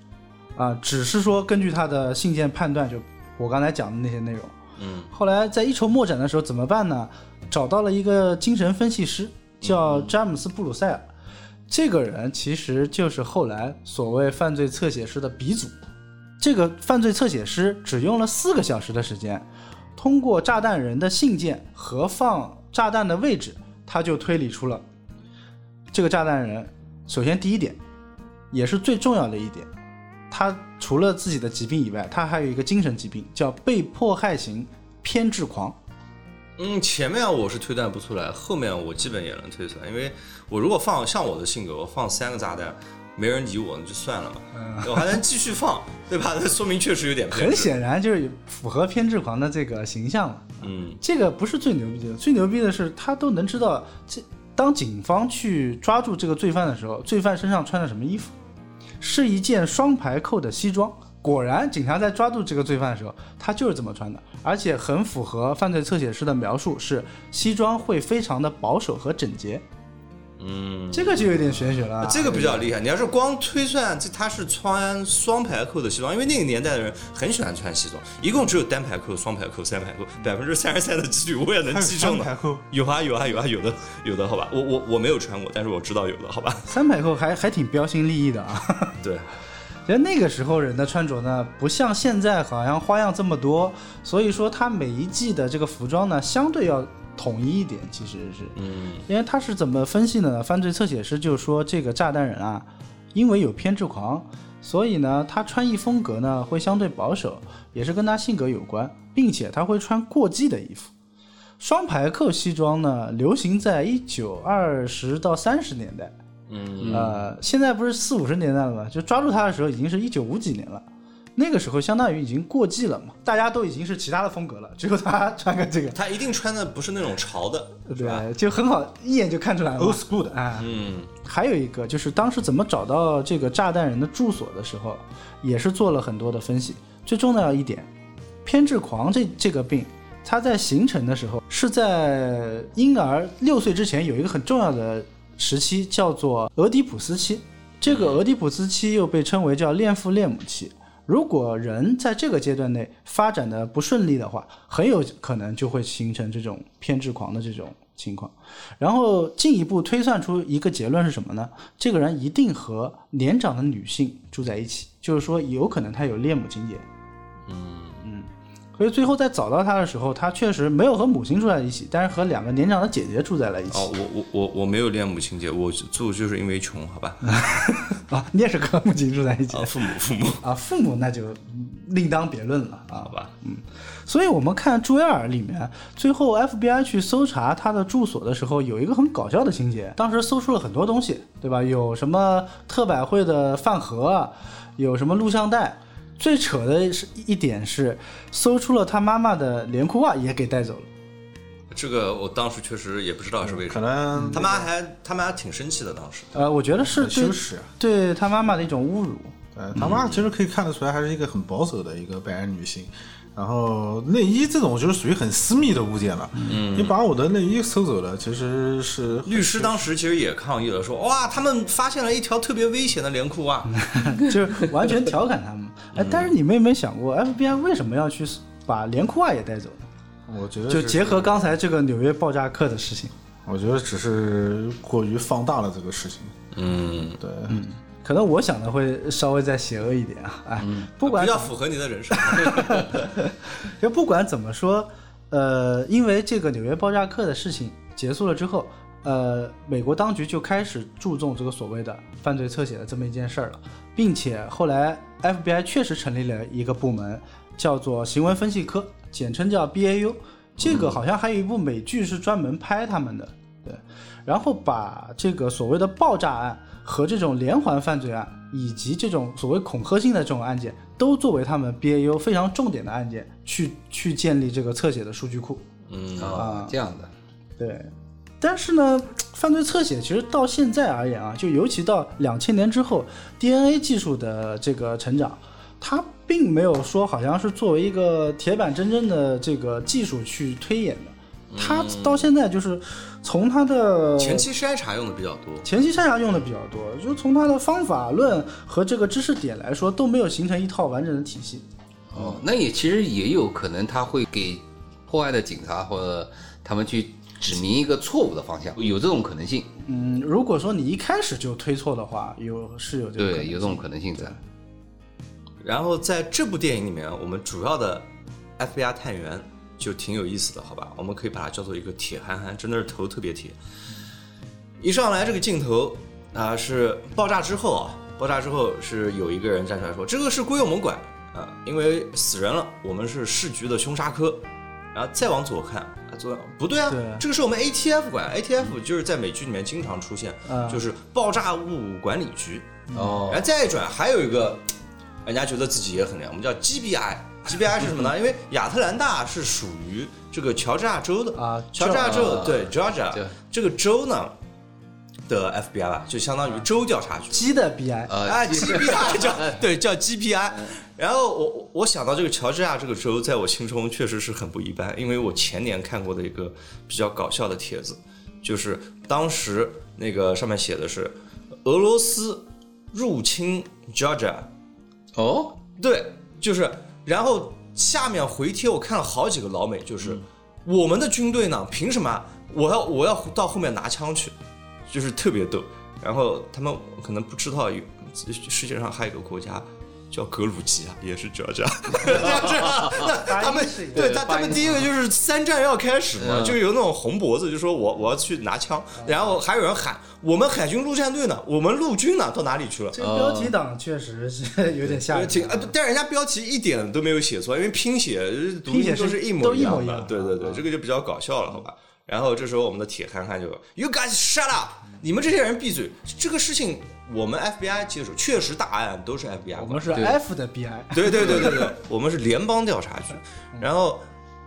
啊、只是说根据他的信件判断，就我刚才讲的那些内容。
嗯，
后来在一筹莫展的时候怎么办呢？找到了一个精神分析师，叫
嗯
詹姆斯·布鲁塞尔。这个人其实就是后来所谓犯罪侧写师的鼻祖。这个犯罪侧写师只用了四个小时的时间，通过炸弹人的信件和放炸弹的位置，他就推理出了这个炸弹人。首先第一点，也是最重要的一点，他除了自己的疾病以外，他还有一个精神疾病，叫被迫害型偏执狂。
嗯，前面我是推断不出来，后面我基本也能推出来，因为我如果放像我的性格，我放三个炸弹，没人理我，那就算了嘛，我还能继续放，对吧？那说明确实有点
嗯
偏
很
执，
显然就是符合偏执狂的这个形象了。
嗯
这个不是最牛逼的，最牛逼的是他都能知道这当警方去抓住这个罪犯的时候，罪犯身上穿着什么衣服，是一件双排扣的西装。果然，警察在抓住这个罪犯的时候，他就是这么穿的，而且很符合犯罪侧写师的描述，是西装会非常的保守和整洁。
嗯，
这个就有点玄学了啊、
这个比较厉害。你要是光推算这他是穿双排扣的西装，因为那个年代的人很喜欢穿西装，一共只有单排扣、双排扣、三排扣，百分之三十三的几率我也能
还有
击中
三排
的。
扣，
有啊有啊有啊有的有的好吧，我我我没有穿过，但是我知道有的好吧。 [laughs]
三排扣还还挺标新立异的啊。
对，
其实那个时候人的穿着呢，不像现在好像花样这么多，所以说它每一季的这个服装呢，相对要统一一点。其实是，
嗯
因为他是怎么分析的呢？犯罪侧写师就说这个炸弹人啊，因为有偏执狂，所以呢，他穿衣风格呢会相对保守，也是跟他性格有关，并且他会穿过季的衣服。双排扣西装呢，流行在一九二十到三十年代。
嗯
呃，现在不是四五十年代了嘛，就抓住他的时候已经是一九五几年了，那个时候相当于已经过季了嘛，大家都已经是其他的风格了，只有他穿个这个，
他一定穿的不是那种潮的，是吧？
对，啊就很好，一眼就看出来了嘛。
old school 的
啊，
嗯
还有一个就是当时怎么找到这个炸弹人的住所的时候，也是做了很多的分析。最重要一点，偏执狂这这个病，它在形成的时候是在婴儿六岁之前有一个很重要的时期，叫做俄狄浦斯期。这个俄狄浦斯期又被称为叫恋父恋母期。如果人在这个阶段内发展的不顺利的话，很有可能就会形成这种偏执狂的这种情况。然后进一步推算出一个结论是什么呢？这个人一定和年长的女性住在一起，就是说有可能他有恋母情节。
嗯，
所以最后在找到他的时候，他确实没有和母亲住在一起，但是和两个年长的姐姐住在了一起。
哦，我我我我没有恋母情节，我住就是因为穷，
[laughs]
好吧？
啊，你也是和母亲住在一起
啊，父母父母，
啊，父母那就另当别论了啊
好。吧？
所以我们看《朱亚尔》里面，最后 FBI 去搜查他的住所的时候，有一个很搞笑的情节。当时搜出了很多东西，对吧？有什么特百惠的饭盒啊，有什么录像带。最扯的是一点是，搜出了他妈妈的连裤袜也给带走了。
这个我当时确实也不知道是为
可
什么，
嗯
嗯
能
他妈还他妈挺生气的，当时
呃，我觉得是
很羞
对
耻啊。
对他妈妈的一种侮辱。 [laughs]
呃，他妈其实可以看得出来，还是一个很保守的一个白人女性。然后内衣这种就是属于很私密的物件了，嗯，你把我的内衣收走了，其实是
律师当时其实也抗议了，说哇，他们发现了一条特别危险的连裤
[laughs]
袜，
嗯就是完全调侃他们。哎，但是你们有没有想过，FBI 为什么要去把连裤袜也带走呢？
我觉得
就是结合刚才这个纽约爆炸客的事情，
我觉得只是过于放大了这个事情。
嗯，
对，
可能我想的会稍微再邪恶一点啊。哎，不管
比较符合你的
[laughs]
人设，
就不管怎么说，呃，因为这个纽约爆炸客的事情结束了之后，呃，美国当局就开始注重这个所谓的犯罪侧写的这么一件事儿了，并且后来 FBI 确实成立了一个部门，叫做行为分析科，简称叫 BAU。这个好像还有一部美剧是专门拍他们的，对。然后把这个所谓的爆炸案和这种连环犯罪案，以及这种所谓恐吓性的这种案件，都作为他们 BAU 非常重点的案件去去建立这个侧写的数据库。
嗯，
哦
啊，这样的，
对，但是呢，犯罪侧写其实到现在而言啊，就尤其到两千年之后，DNA 技术的这个成长，它并没有说好像是作为一个铁板铮铮的这个技术去推演的。它到现在就是从它的
嗯前期筛查用的比较多，
前期筛查用的比较多，就从它的方法论和这个知识点来说，都没有形成一套完整的体系。
哦，那也其实也有可能他会给破案的警察或者他们去指明一个错误的方向，有这种可能性，
嗯，如果说你一开始就推错的话，有是有这个可能
对，
性
有这种可能性在。
然后在这部电影里面，我们主要的 FBI 探员就挺有意思的，好吧？我们可以把它叫做一个铁憨憨，真的是头特别铁。一上来这个镜头啊、是爆炸之后啊，爆炸之后是有一个人站出来说：“这个是归我们管啊、因为死人了，我们是市局的凶杀科。”然后再往左看，啊，左不对啊，
对
这个是我们 ATF 管，ATF 就是在美剧里面经常出现，
啊
就是爆炸物管理局。
哦
然后再一转，还有一个，哎人家觉得自己也很厉害，我们叫 GBI。GBI 是什么
嗯
呢？因为亚特兰大是属于这个乔治亚州的
啊
乔治亚州
啊
对 Georgia
对
这个州呢的 FBI 吧，就相当于州调查局。
鸡的 BI
呃，
哎，GBI 叫对叫 GPI，然后我我我想到这个乔治亚这个州，在我心中确实是很不一般，因为我前年看过的一个比较搞笑的帖子，就是当时那个上面写的是俄罗斯入侵 Georgia，
哦，
对，就是，然后下面回帖我看了好几个老美，就是、我们的军队呢，凭什么我要我要到后面拿枪去，就是特别逗。然后他们可能不知道有世界上还有一个国家叫格鲁吉亚，也是
[laughs]
这 [laughs] 样，
发
他们
音是一样
对
对
他
发音
他们第一个就是三战要开始嘛，
嗯
就有那种红脖子就说我我要去拿枪，然后还有人喊我们海军陆战队呢，我们陆军呢到哪里去了？
这个标题党确实是有点吓人。
挺啊，但是人家标题一点都没有写错，因为拼写、呃读
拼
音
写是
都是一
都
模
一模
样
一
的
样。啊
对对对，这个就比较搞笑了，好吧？然后这时候我们的铁憨憨就 “You guys shut up！” 你们这些人闭嘴！这个事情我们 FBI 接手，确实大案都是 FBI
我
管
们。是
对
F 的 BI，
对对对对对，我们是联邦调查局。然后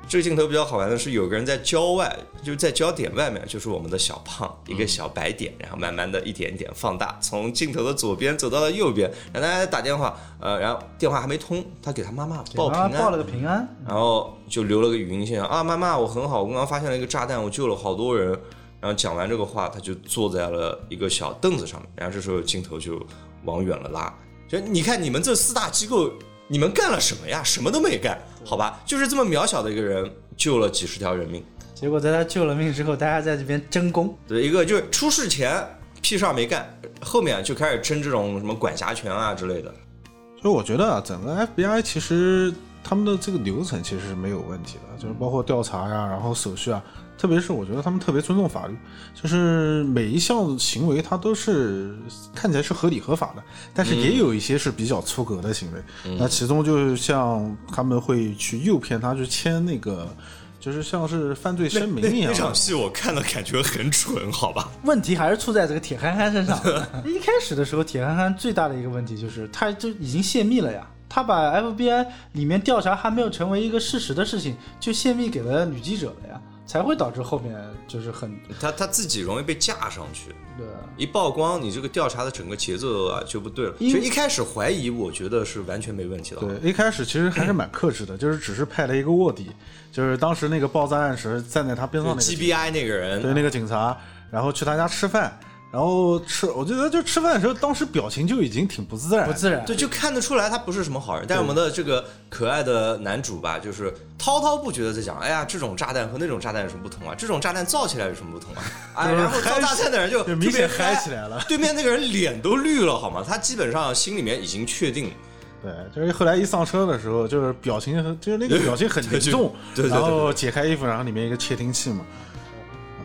这个镜头比较好玩的是，有个人在郊外，就是在焦点外面，就是我们的小胖，一个小白点，然后慢慢的一点一点放大，从镜头的左边走到了右边，然后大家打电话，呃，然后电话还没通，他给他妈妈报平
啊
安，
报了个平安。
然后就留了个语音信啊，妈妈，我很好，我刚刚发现了一个炸弹，我救了好多人。然后讲完这个话，他就坐在了一个小凳子上面，然后这时候镜头就往远了拉。就你看你们这四大机构，你们干了什么呀？什么都没干，好吧？就是这么渺小的一个人，救了几十条人命。
结果在他救了命之后，大家在这边争功。
对，一个就是出事前屁事儿没干，后面就开始争这种什么管辖权啊之类的。
所以我觉得啊，整个 FBI 其实他们的这个流程其实是没有问题的，就是包括调查呀，然后手续啊，特别是我觉得他们特别尊重法律，就是每一项行为它都是看起来是合理合法的，但是也有一些是比较出格的行为。
嗯
那其中就是像他们会去诱骗他去签那个，就是像是犯罪声明一
那
样啊
那
的
场戏我看了感觉很蠢，好吧？
问题还是出在这个铁憨憨身上。一开始的时候，铁憨憨最大的一个问题就是，他就已经泄密了呀。他把 FBI 里面调查还没有成为一个事实的事情，就泄密给了女记者了呀，才会导致后面就是很
他他自己容易被架上去，
对
啊
一曝光，你这个调查的整个节奏啊就不对了。
因
就一开始怀疑，我觉得是完全没问题啊的。
对，一开始其实还是蛮克制的，
嗯
就是只是派了一个卧底，就是当时那个爆炸案时站在他边上那
就
个警
GBI 那个
对
人，
那个警察，然后去他家吃饭，然后吃，我觉得就吃饭的时候，当时表情就已经挺不自然，
不自然。
对，就看得出来他不是什么好人。但是我们的这个可爱的男主吧，就是滔滔不绝的在讲，哎呀，这种炸弹和那种炸弹有什么不同啊？这种炸弹造起来有什么不同啊？哎，然后造炸弹的人就
[laughs] 就明显
就被
嗨起来了。
对面那个人脸都绿了，好吗？他基本上心里面已经确定，
对，就是后来一上车的时候，就是表情很，就是那个表情很凝重，
对对对对对
然后解开衣服，然后里面一个窃听器嘛，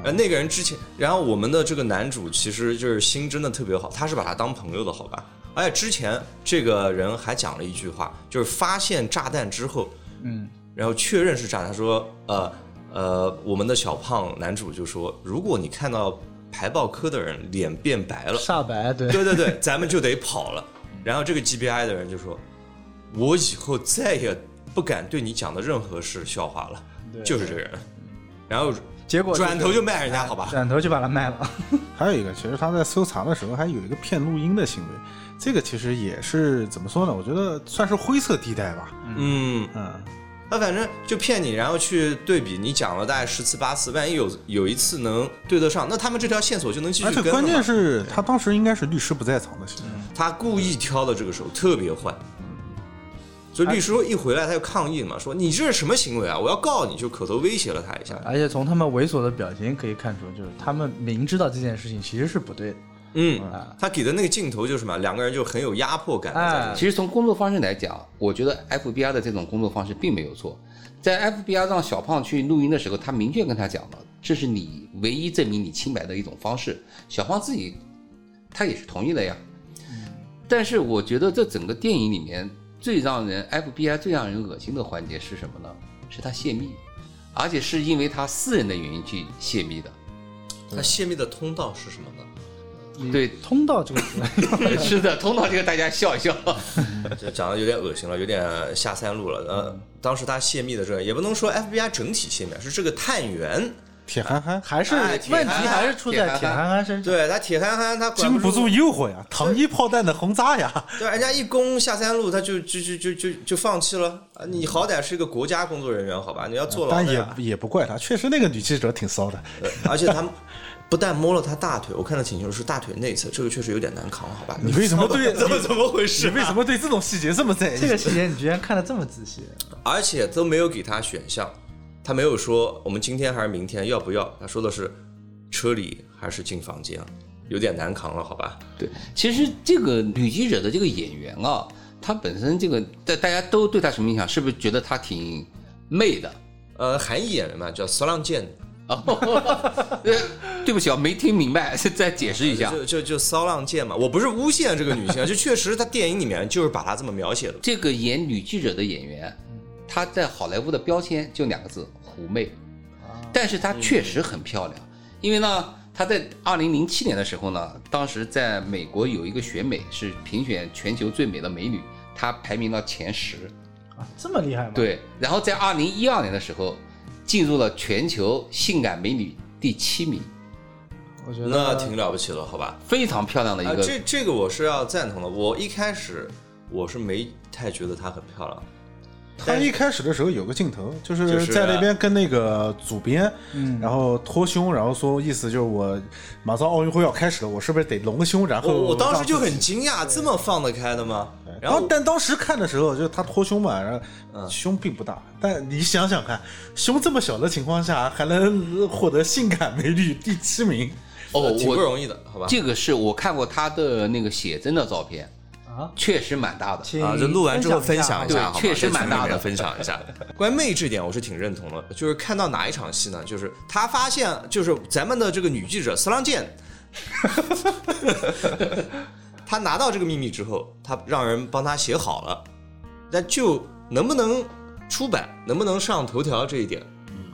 呃，那个人之前，然后我们的这个男主其实就是心真的特别好，他是把他当朋友的好吧？而且之前这个人还讲了一句话，就是发现炸弹之后，
嗯，
然后确认是炸弹，他说，呃呃，我们的小胖男主就说，如果你看到排爆科的人脸变白
[laughs]
了，
煞白对。
对对对，咱们就得跑了。然后这个 GBI 的人就说：“我以后再也不敢对你讲的任何事笑话了。”就是这个人，然后
结果
转头就卖人家，好吧？
转头就把它卖了。
还有一个，其实他在搜查的时候还有一个骗录音的行为，这个其实也是怎么说呢？我觉得算是灰色地带吧。
嗯，
嗯，
他反正就骗你，然后去对比你讲了大概十次八次，万一有有一次能对得上，那他们这条线索就能继续
而且
跟了嘛。
哎
嗯
关键是他当时应该是律师不在场的情况，
他故意挑的这个时候特别坏。所以律师说一回来他就抗议嘛，说你这是什么行为啊？我要告你，就口头威胁了他一下。
而且从他们猥琐的表情可以看出，就是他们明知道这件事情其实是不对的。
嗯，他给的那个镜头就是嘛，两个人就很有压迫感的在
哎
这，
啊其实从工作方式来讲，我觉得 FBI 的这种工作方式并没有错。在 FBI 让小胖去录音的时候，他明确跟他讲了，这是你唯一证明你清白的一种方式。小胖自己他也是同意的呀。但是我觉得这整个电影里面最让人 FBI 最让人恶心的环节是什么呢？是他泄密，而且是因为他私人的原因去泄密的。 [laughs]
他泄密的通道是什么呢？
对，
通道这个词，
是的，通道这个大家笑一笑。
这讲的有点恶心了，有点下三路了。呃，当时他泄密的这也不能说 FBI 整体泄密，啊是这个探员，
铁憨憨
还
啊
是
哎
问
铁
题
憨
还是出在铁憨憨身上。
[laughs] 对他铁憨憨他管
经不
住
住，诱惑呀，糖衣炮弹的轰炸呀。
对人家一攻下三路，他就就就就就就放弃了。啊
嗯
你好歹是一个国家工作人员，好吧？你要坐牢
但
的
也
呀。
也不怪他，确实那个女记者挺骚的。
对而且他们不但摸了他大腿，我看的挺清楚，是大腿内侧，这个确实有点难扛，好吧？
你为什么对
怎么怎么回事
你
啊？
为什么对这种细节这么在意？
这个细节你居然看得这么仔细，
而且都没有给他选项，他没有说我们今天还是明天要不要，他说的是车里还是进房间，有点难扛了，好吧？
对，其实这个女记者的这个演员啊，她本身这个大大家都对她什么印象？是不是觉得她挺媚的？
呃，韩裔演员嘛，叫索浪健，
呃，对不起啊，没听明白， [laughs] 再解释一下。
就就就骚浪健嘛，我不是诬陷这个女性啊，就确实她电影里面就是把她这么描写的。
这个演女记者的演员，她在好莱坞的标签就两个字：狐媚。但是她确实很漂亮，因为呢，她在二零零七年的时候呢，当时在美国有一个选美是评选全球最美的美女，她排名到前十。
啊，这么厉害吗？，
对，然后在二零一二年的时候，进入了全球性感美女第七名，
我觉
[laughs] 那
得
挺了不起了，好吧？
非常漂亮的一
啊、
个。
这这个我是要赞同的。我一开始我是没太觉得她很漂亮，
他一开始的时候有个镜头，就
就是啊是
在那边跟那个主编，
嗯
然后托胸，然后说意思就是我马上奥运会要开始了，我是不是得隆个胸？然后
我我当时就
让自
很
己。
惊讶，这么放得开的吗？然
然
后
后，嗯但当时看的时候，就是他托胸嘛，然后胸并不大，但你想想看，胸这么小的情况下，还能获得性感美女第七名，
哦，
呃
挺不
我
容易的，好吧？
这个是我看过她的那个写真的照片，
啊，
确实蛮大的。
请
啊，就录完之后分享一
分
对
下，好吗
确实蛮大的
在群里面分享一下。 [laughs] 关于妹这点，我是挺认同的。就是看到哪一场戏呢？就是他发现，就是咱们的这个女记者司郎健，他拿到这个秘密之后，他让人帮他写好了，那就能不能出版，能不能上头条这一点，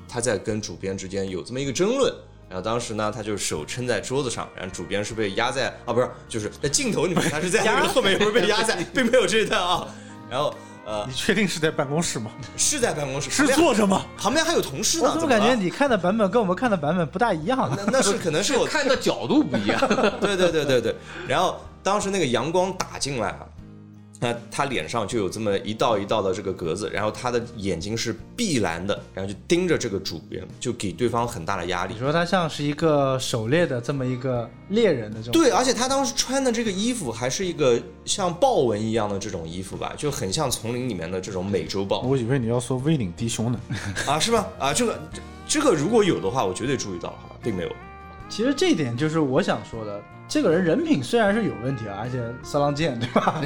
他在跟主编之间有这么一个争论。然后当时呢，他就手撑在桌子上，然后主编是被压在啊，不是，就是在镜头里面，他是在那个后面有人被压在，
[laughs]
并没有这一段啊。然后呃，
你确定是在办公室吗？
是在办公室，
是
旁边
坐着吗？
旁边还有同事
我
呢，
怎么
了
感觉你看的版本跟我们看的版本不大一样呢？
那那是可能
[laughs]
是我
看的角度不一样，
对对对对对。然后当时那个阳光打进来啊，那他脸上就有这么一道一道的这个格子，然后他的眼睛是碧蓝的，然后就盯着这个主编，就给对方很大的压力
你。说他像是一个狩猎的这么一个猎人的这种，
对，而且他当时穿的这个衣服还是一个像豹纹一样的这种衣服吧，就很像丛林里面的这种美洲豹。
[laughs] 我以为你要说威领低胸呢。
啊，是吗？啊，这个这这个如果有的话，我绝对注意到了，好吧，并没有。
其实这一点就是我想说的，这个人人品虽然是有问题啊，而且三郎剑对
[laughs]
吧？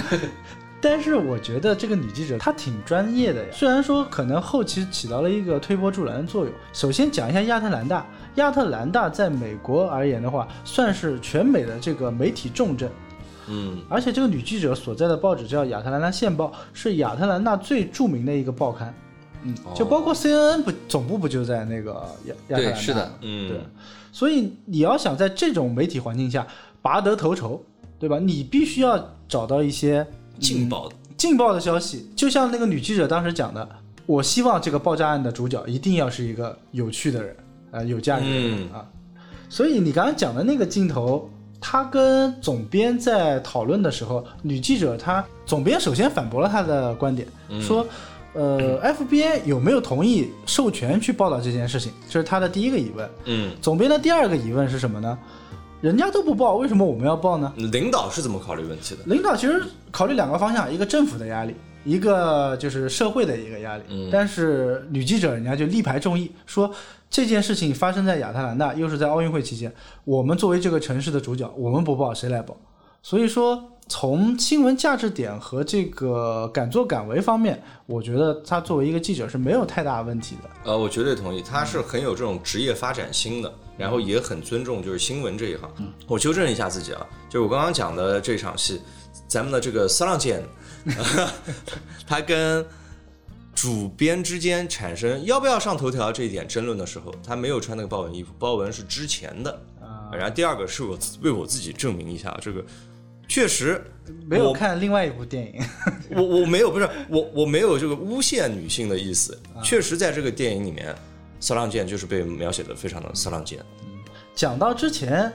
但是我觉得这个女记者她挺专业的呀，虽然说可能后期起到了一个推波助澜的作用。首先讲一下亚特兰大，亚特兰大在美国而言的话，算是全美的这个媒体重镇，
嗯，
而且这个女记者所在的报纸叫《亚特兰大线报》，是亚特兰大最著名的一个报刊。嗯，就包括 CNN 不总部不就在那个亚亚特兰大
对，是的，
嗯
对，所以你要想在这种媒体环境下拔得头筹，对吧？你必须要找到一些嗯
劲爆的，
劲爆的消息，就像那个女记者当时讲的，我希望这个爆炸案的主角一定要是一个有趣的人，呃，有价值的人、
嗯
啊。所以你刚刚讲的那个镜头，他跟总编在讨论的时候，女记者她总编首先反驳了他的观点，说。呃，FBI 有没有同意授权去报道这件事情？这是他的第一个疑问。
嗯，
总编的第二个疑问是什么呢？人家都不报，为什么我们要报呢？
领导是怎么考虑问题的？
领导其实考虑两个方向，一个政府的压力，一个就是社会的一个压力。但是女记者人家就力排众议，说这件事情发生在亚特兰大，又是在奥运会期间，我们作为这个城市的主角，我们不报谁来报？所以说，从新闻价值点和这个敢作敢为方面，我觉得她作为一个记者是没有太大问题的。
呃，我绝对同意，他是很有这种职业发展心的，然后也很尊重就是新闻这一行。我纠正一下自己啊，就是我刚刚讲的这场戏，咱们的这个三浪剑， [laughs] 他跟主编之间产生要不要上头条这一点争论的时候，他没有穿那个豹纹衣服，豹纹是之前的。然后第二个是我自为我自己证明一下，这个确实
没有
我
看另外一部电影，
我我没有，不是我我没有这个诬陷女性的意思。确实，在这个电影里面，骚浪剑就是被描写的非常的骚浪剑。
讲到之前，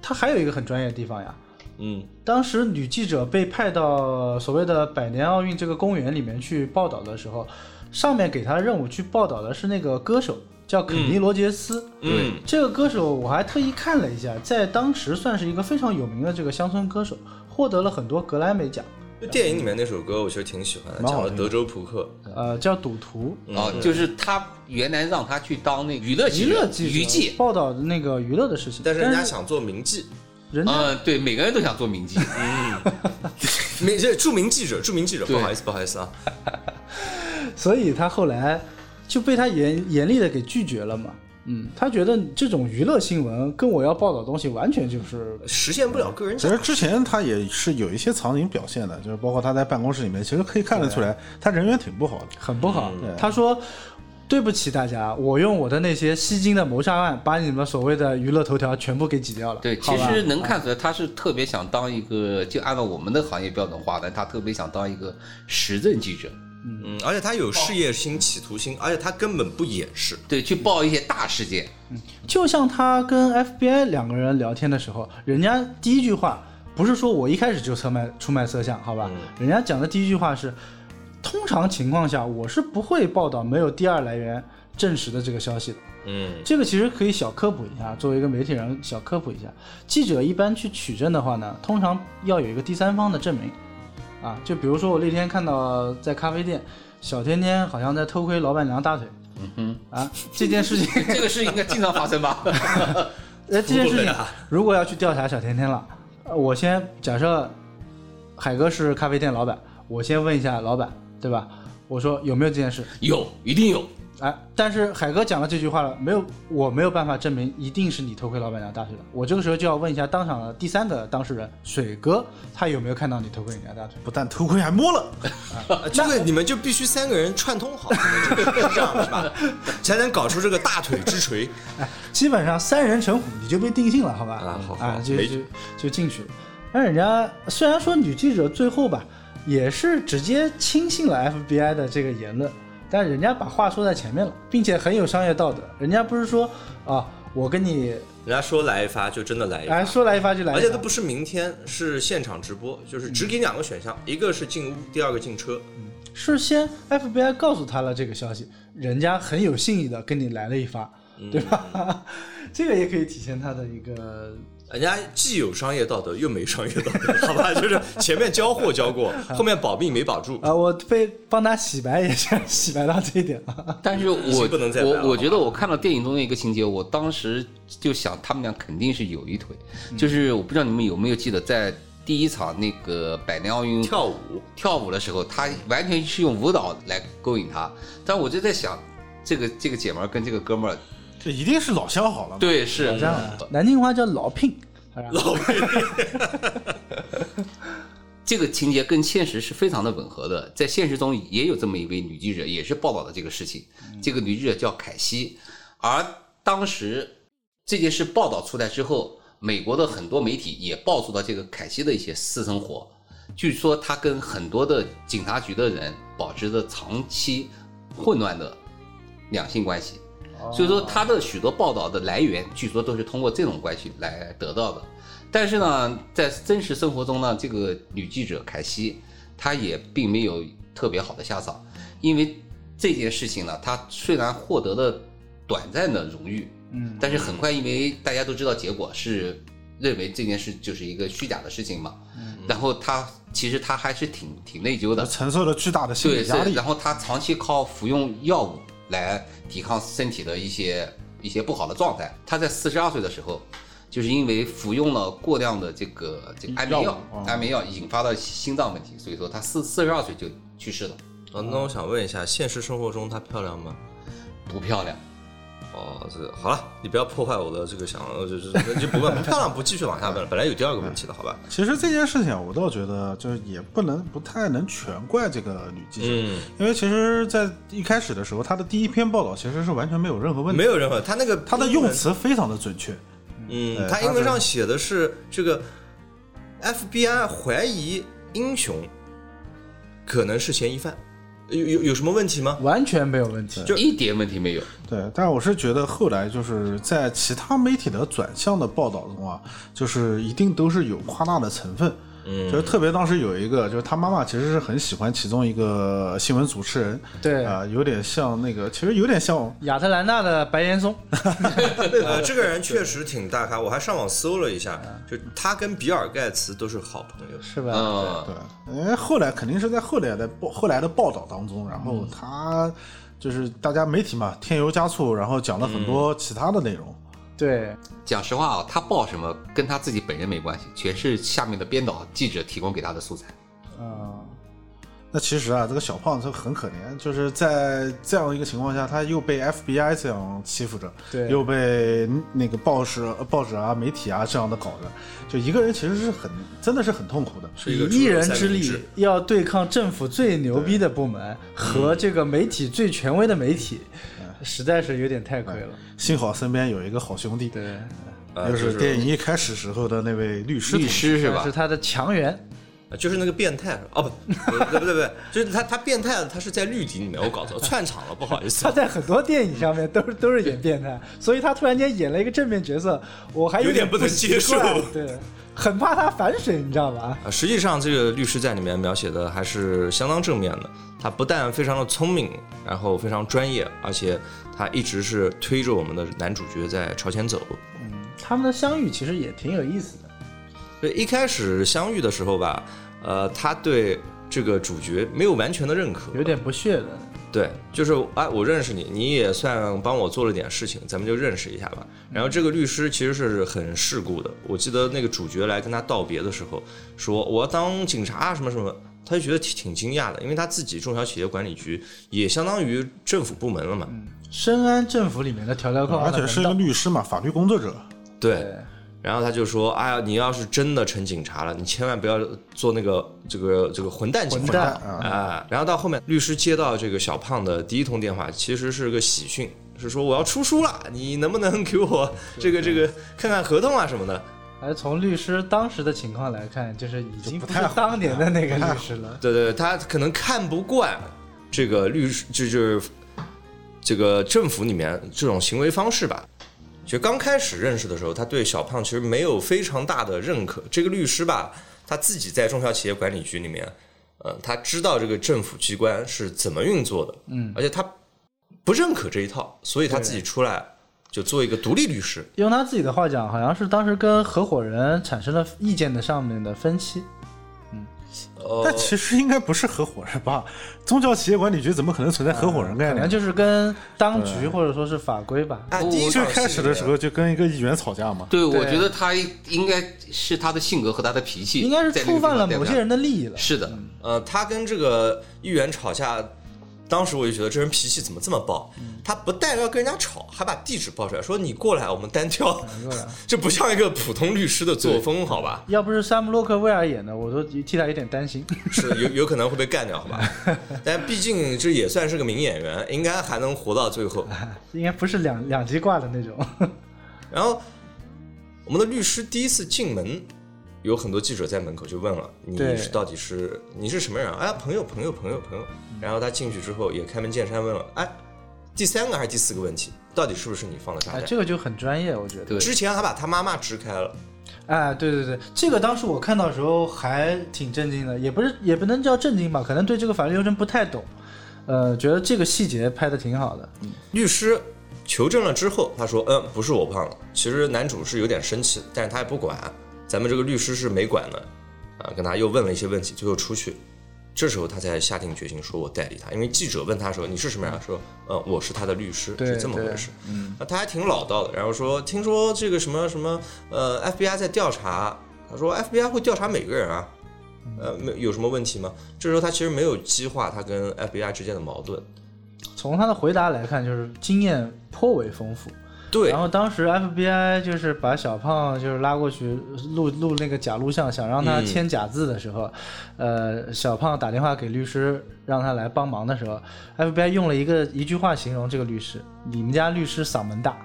他还有一个很专业的地方呀。
嗯
当时女记者被派到所谓的百年奥运这个公园里面去报道的时候，上面给她的任务去报道的是那个歌手，叫肯尼·罗杰斯。
嗯
这个歌手我还特意看了一下，在当时算是一个非常有名的这个乡村歌手，获得了很多格莱美奖。
就电影里面那首歌，我其实挺喜欢的，
蛮
讲
好
了
听的
德州扑克。
呃，叫赌徒，
嗯
啊，就是他原来让他去当那娱乐
娱
记者
乐记者
娱记，
报道的那个娱乐的事情。
但是人家
是
想做名记，
人家
嗯，对，每个人都想做名记，
嗯
名这著名记者，著名记者，不
对
好意思，不好意思啊。
所以他后来就被他严严厉的给拒绝了嘛。嗯，他觉得这种娱乐新闻跟我要报道的东西完全就是
实现不了个人
其
价
实
值。
之前他也是有一些场景表现的，就是包括他在办公室里面，其实可以看得出来，他人缘挺不好的。
很不好。
嗯
他说：“对不起大家，我用我的那些吸金的谋杀案，把你们所谓的娱乐头条全部给挤掉了。”
对，
好
其
吧嗯
实能看出来，他是特别想当一个，就按照我们的行业标准划分，他特别想当一个时政记者，
嗯，而且他有事业心、企图心，而且他根本不掩饰。
对，去报一些大事件。
就像他跟 FBI 两个人聊天的时候，人家第一句话不是说我一开始就出卖出卖色相，好吧？
嗯
人家讲的第一句话是，通常情况下我是不会报道没有第二来源证实的这个消息的。
嗯，
这个其实可以小科普一下，作为一个媒体人小科普一下，记者一般去取证的话呢，通常要有一个第三方的证明，啊，就比如说我那天看到在咖啡店，小甜甜好像在偷窥老板娘大腿，嗯哼，啊，这件事情， [laughs]
这个事应该经常发生吧？
呃，这件事
不会
情
啊
如果要去调查小甜甜了，呃我先假设海哥是咖啡店老板，我先问一下老板，对吧？我说有没有这件事？
[laughs] 有，一定有。
哎，但是海哥讲了这句话了，没有，我没有办法证明一定是你偷窥老板娘大腿的。我这个时候就要问一下当场的第三个当事人水哥，他有没有看到你偷窥人家大腿？
不但偷窥还摸了，
啊这个你们就必须三个人串通好，你们这个是这样的吧？才能搞出这个大腿之锤。
基本上三人成虎，你就被定性了，好吧？
啊好好
就
没
就就进去了。但人家虽然说女记者最后吧，也是直接轻信了 FBI 的这个言论，但人家把话说在前面了，并且很有商业道德。人家不是说啊，我跟你
人家说来一发就真的来一
哎
发，
说来一发就来一发，
而且都不是明天，是现场直播，就是只给你两个选项，
嗯
一个是进屋，第二个进车。
是先 FBI 告诉他了这个消息，人家很有信义的跟你来了一发，对吧？ [laughs] 这个也可以体现他的一个
人家既有商业道德又没商业道德，好吧？就是前面交货交过，
嗯
后面保密没保住。
啊，我被帮他洗白也是洗白到这一点啊了。
但是
已
我
经不能再白了
我我觉得我看到电影中的一个情节，我当时就想他们俩肯定是有一腿，就是我不知道你们有没有记得，在第一场那个百年奥运
跳舞，
跳舞的时候，他完全是用舞蹈来勾引他，但我就在想，这个这个姐们儿跟这个哥们儿，
这一定是老相好了嘛。
对是
好像南京话叫老聘，好像
老魏
这个情节跟现实是非常的吻合的，在现实中也有这么一位女记者，也是报道了这个事情。这个女记者叫凯西，而当时这件事报道出来之后，美国的很多媒体也爆出了这个凯西的一些私生活。据说她跟很多的警察局的人保持着长期混乱的两性关系，
哦
所以说她的许多报道的来源，据说都是通过这种关系来得到的。但是呢，在真实生活中呢，这个女记者凯西，她也并没有特别好的下场，因为这件事情呢，她虽然获得了短暂的荣誉，
嗯，
但是很快因为大家都知道结果是认为这件事就是一个虚假的事情嘛，
嗯
然后她其实她还是挺挺内疚的，
承受了巨大的心
对，
理
是
压力
然，后他长期靠服用药物来抵抗身体的一些一些不好的状态。他在四十二岁的时候，就是因为服用了过量的这个这个安眠
药
药
物哦，
安眠药引发的心脏问题，所以说他四四十二岁就去世了，
啊，那我想问一下，现实生活中她漂亮吗？
不漂亮。
哦，这个好了，你不要破坏我的这个想，呃就是那就不问不漂亮，不继续往下问了。本来有第二个问题的，好吧？
其实这件事情啊，我倒觉得就是也不能不太能全怪这个女记者，
嗯，
因为其实，在一开始的时候，她的第一篇报道其实是完全没有任何问
嗯没
题，
有任何他那个
她的
英
用
文，
词非常的准确，
嗯，
哎
他
他
英文
是
上写的是这个 FBI 怀疑英雄可能是嫌疑犯，有有有什么问题
[laughs]
吗？
完全没有问题。
就
一点问题没有，
对，但是我是觉得后来就是在其他媒体的转向的报道中啊，就是一定都是有夸大的成分。
嗯
就是特别当时有一个，就是他妈妈其实是很喜欢其中一个新闻主持人，
对
啊、有点像那个，其实有点像
亚特兰大的白岩松，
呃，这个人确实挺大咖，我还上网搜了一下，
嗯
就他跟比尔盖茨都是好朋友。
是吧？
嗯，
对，因为呃后来肯定是在后来的报后来的报道当中，然
嗯
后他就是大家媒体嘛，添油加醋，然后讲了很
嗯
多其他的内容。
对，
讲实话啊，他报什么跟他自己本人没关系，全是下面的编导记者提供给他的素材。
嗯，
那其实啊，这个小胖子很可怜，就是在这样一个情况下，他又被 FBI 这样欺负着，
对
又被那个报纸、报纸啊、媒体啊这样的搞着，就一个人其实是很，真的是很痛苦的。
是
以
个
一
猪肉
人
三
之
明
力
治
要对抗政府最牛逼的部门和这个媒体最权威的媒体，实在是有点太亏了。
幸好身边有一个好兄弟，
对，
啊
就
就是是
电影一开始时候的那位律师同
律
志。
师是
但
吧
是？他的强援，
啊就是那个变态是吧哦不，呃对不对不对，就是他他变态，他是在绿底里面，我
[laughs]
搞错了，串场了，不好意思
他。在很多电影上面都是都是演变态，所以他突然间演了一个正面角色，我还
有点
点
不能
习
接受
惯对，很怕他反水，你知道吧？
啊，实际上这个律师在里面描写的还是相当正面的。他不但非常的聪明，然后非常专业，而且他一直是推着我们的男主角在朝前走。
他们的相遇其实也挺有意思的。
所以一开始相遇的时候吧，呃，他对这个主角没有完全的认可，
有点不屑的。
对，就是哎，我认识你，你也算帮我做了点事情，咱们就认识一下吧。然后这个律师其实是很世故的，我记得那个主角来跟他道别的时候，说我要当警察什么什么，他就觉得挺挺惊讶的，因为他自己中小企业管理局也相当于政府部门了嘛。
嗯深谙政府里面的条条框
而
框的
且
门道，
是一个律师嘛，法律工作者，
对，然后他就说：“哎呀，你要是真的成警察了，你千万不要做那个这个这个混蛋警
混
察
蛋
啊！”然后到后面，律师接到这个小胖的第一通电话，其实是个喜讯，是说我要出书了，你能不能给我这个这个看看合同啊什么的？
而从律师当时的情况来看，就是已经
[laughs] 就不
不
太
是
好
当年的那个律师 [laughs] 了。
对对，对他可能看不惯这个律师，就就是这个政府里面这种行为方式吧。就刚开始认识的时候，他对小胖其实没有非常大的认可。这个律师吧，他自己在中小企业管理局里面，呃，他知道这个政府机关是怎么运作的，嗯，而且他不认可这一套，所以他自己出来就做一个独立律师。
用他自己的话讲，好像是当时跟合伙人产生了意见的上面的分歧。
呃
但其实应该不是合伙人吧？宗教企业管理局怎么可能存在合伙人概
啊可能
念？
就是跟当局或者说是法规吧。
哎，
我
第一
最
场戏
开始的
里
时
面
候就跟一个议员吵架嘛，
对，我觉得他应该是他的性格和他的脾气，
应该是触犯了某些人
的。
的利益了。
是的，
呃，他跟这个议员吵架，当时我就觉得这人脾气怎么这么暴？他不但要跟人家吵，还把地址报出来，说你过来，我们单挑。
嗯
这不像一个普通律师的作风，好吧？
要不是山姆洛克威尔演的，我都替他有点担心。
是有有可能会被干掉，好吧？但毕竟这也算是个名演员，应该还能活到最后。
应该不是两两极挂的那种。
然后我们的律师第一次进门，有很多记者在门口就问了：“你
对
是到底是你是什么人啊？”哎，朋友，朋友，朋友，朋友。然后他进去之后也开门见山问了：“哎，第三个还是第四个问题，到底是不是你放的炸
哎，
弹
[laughs] 这个就很专业，我觉得。
对
之前还把他妈妈支开了，
哎，对对对，这个当时我看到的时候还挺震惊的，也不是也不能叫震惊吧，可能对这个法律流程不太懂，呃，觉得这个细节拍的挺好的。
律师求证了之后，他说：“嗯，不是我胖了。”其实男主是有点生气，但是他也不管。咱们这个律师是没管的，啊，跟他又问了一些问题，最后出去。这时候他才下定决心说：“我代理他。”因为记者问他的时候：“你是什么人啊？”说：“嗯，我是他的律师。”
对
是这么回
对
事。嗯，那他还挺老道的。然后说：“听说这个什么什么，呃，FBI 在调查。”他说：“FBI 会调查每个人啊。”呃，没有什么问题吗？这时候他其实没有激化他跟 FBI 之间的矛盾。
从他的回答来看，就是经验颇为丰富。
对
然，后当时 FBI 就是把小胖就是拉过去录录那个假录像，想让他签假字的时候，呃，小胖打电话给律师让他来帮忙的时候，FBI 用了一个一句话形容这个律师：“你们家律师嗓门大。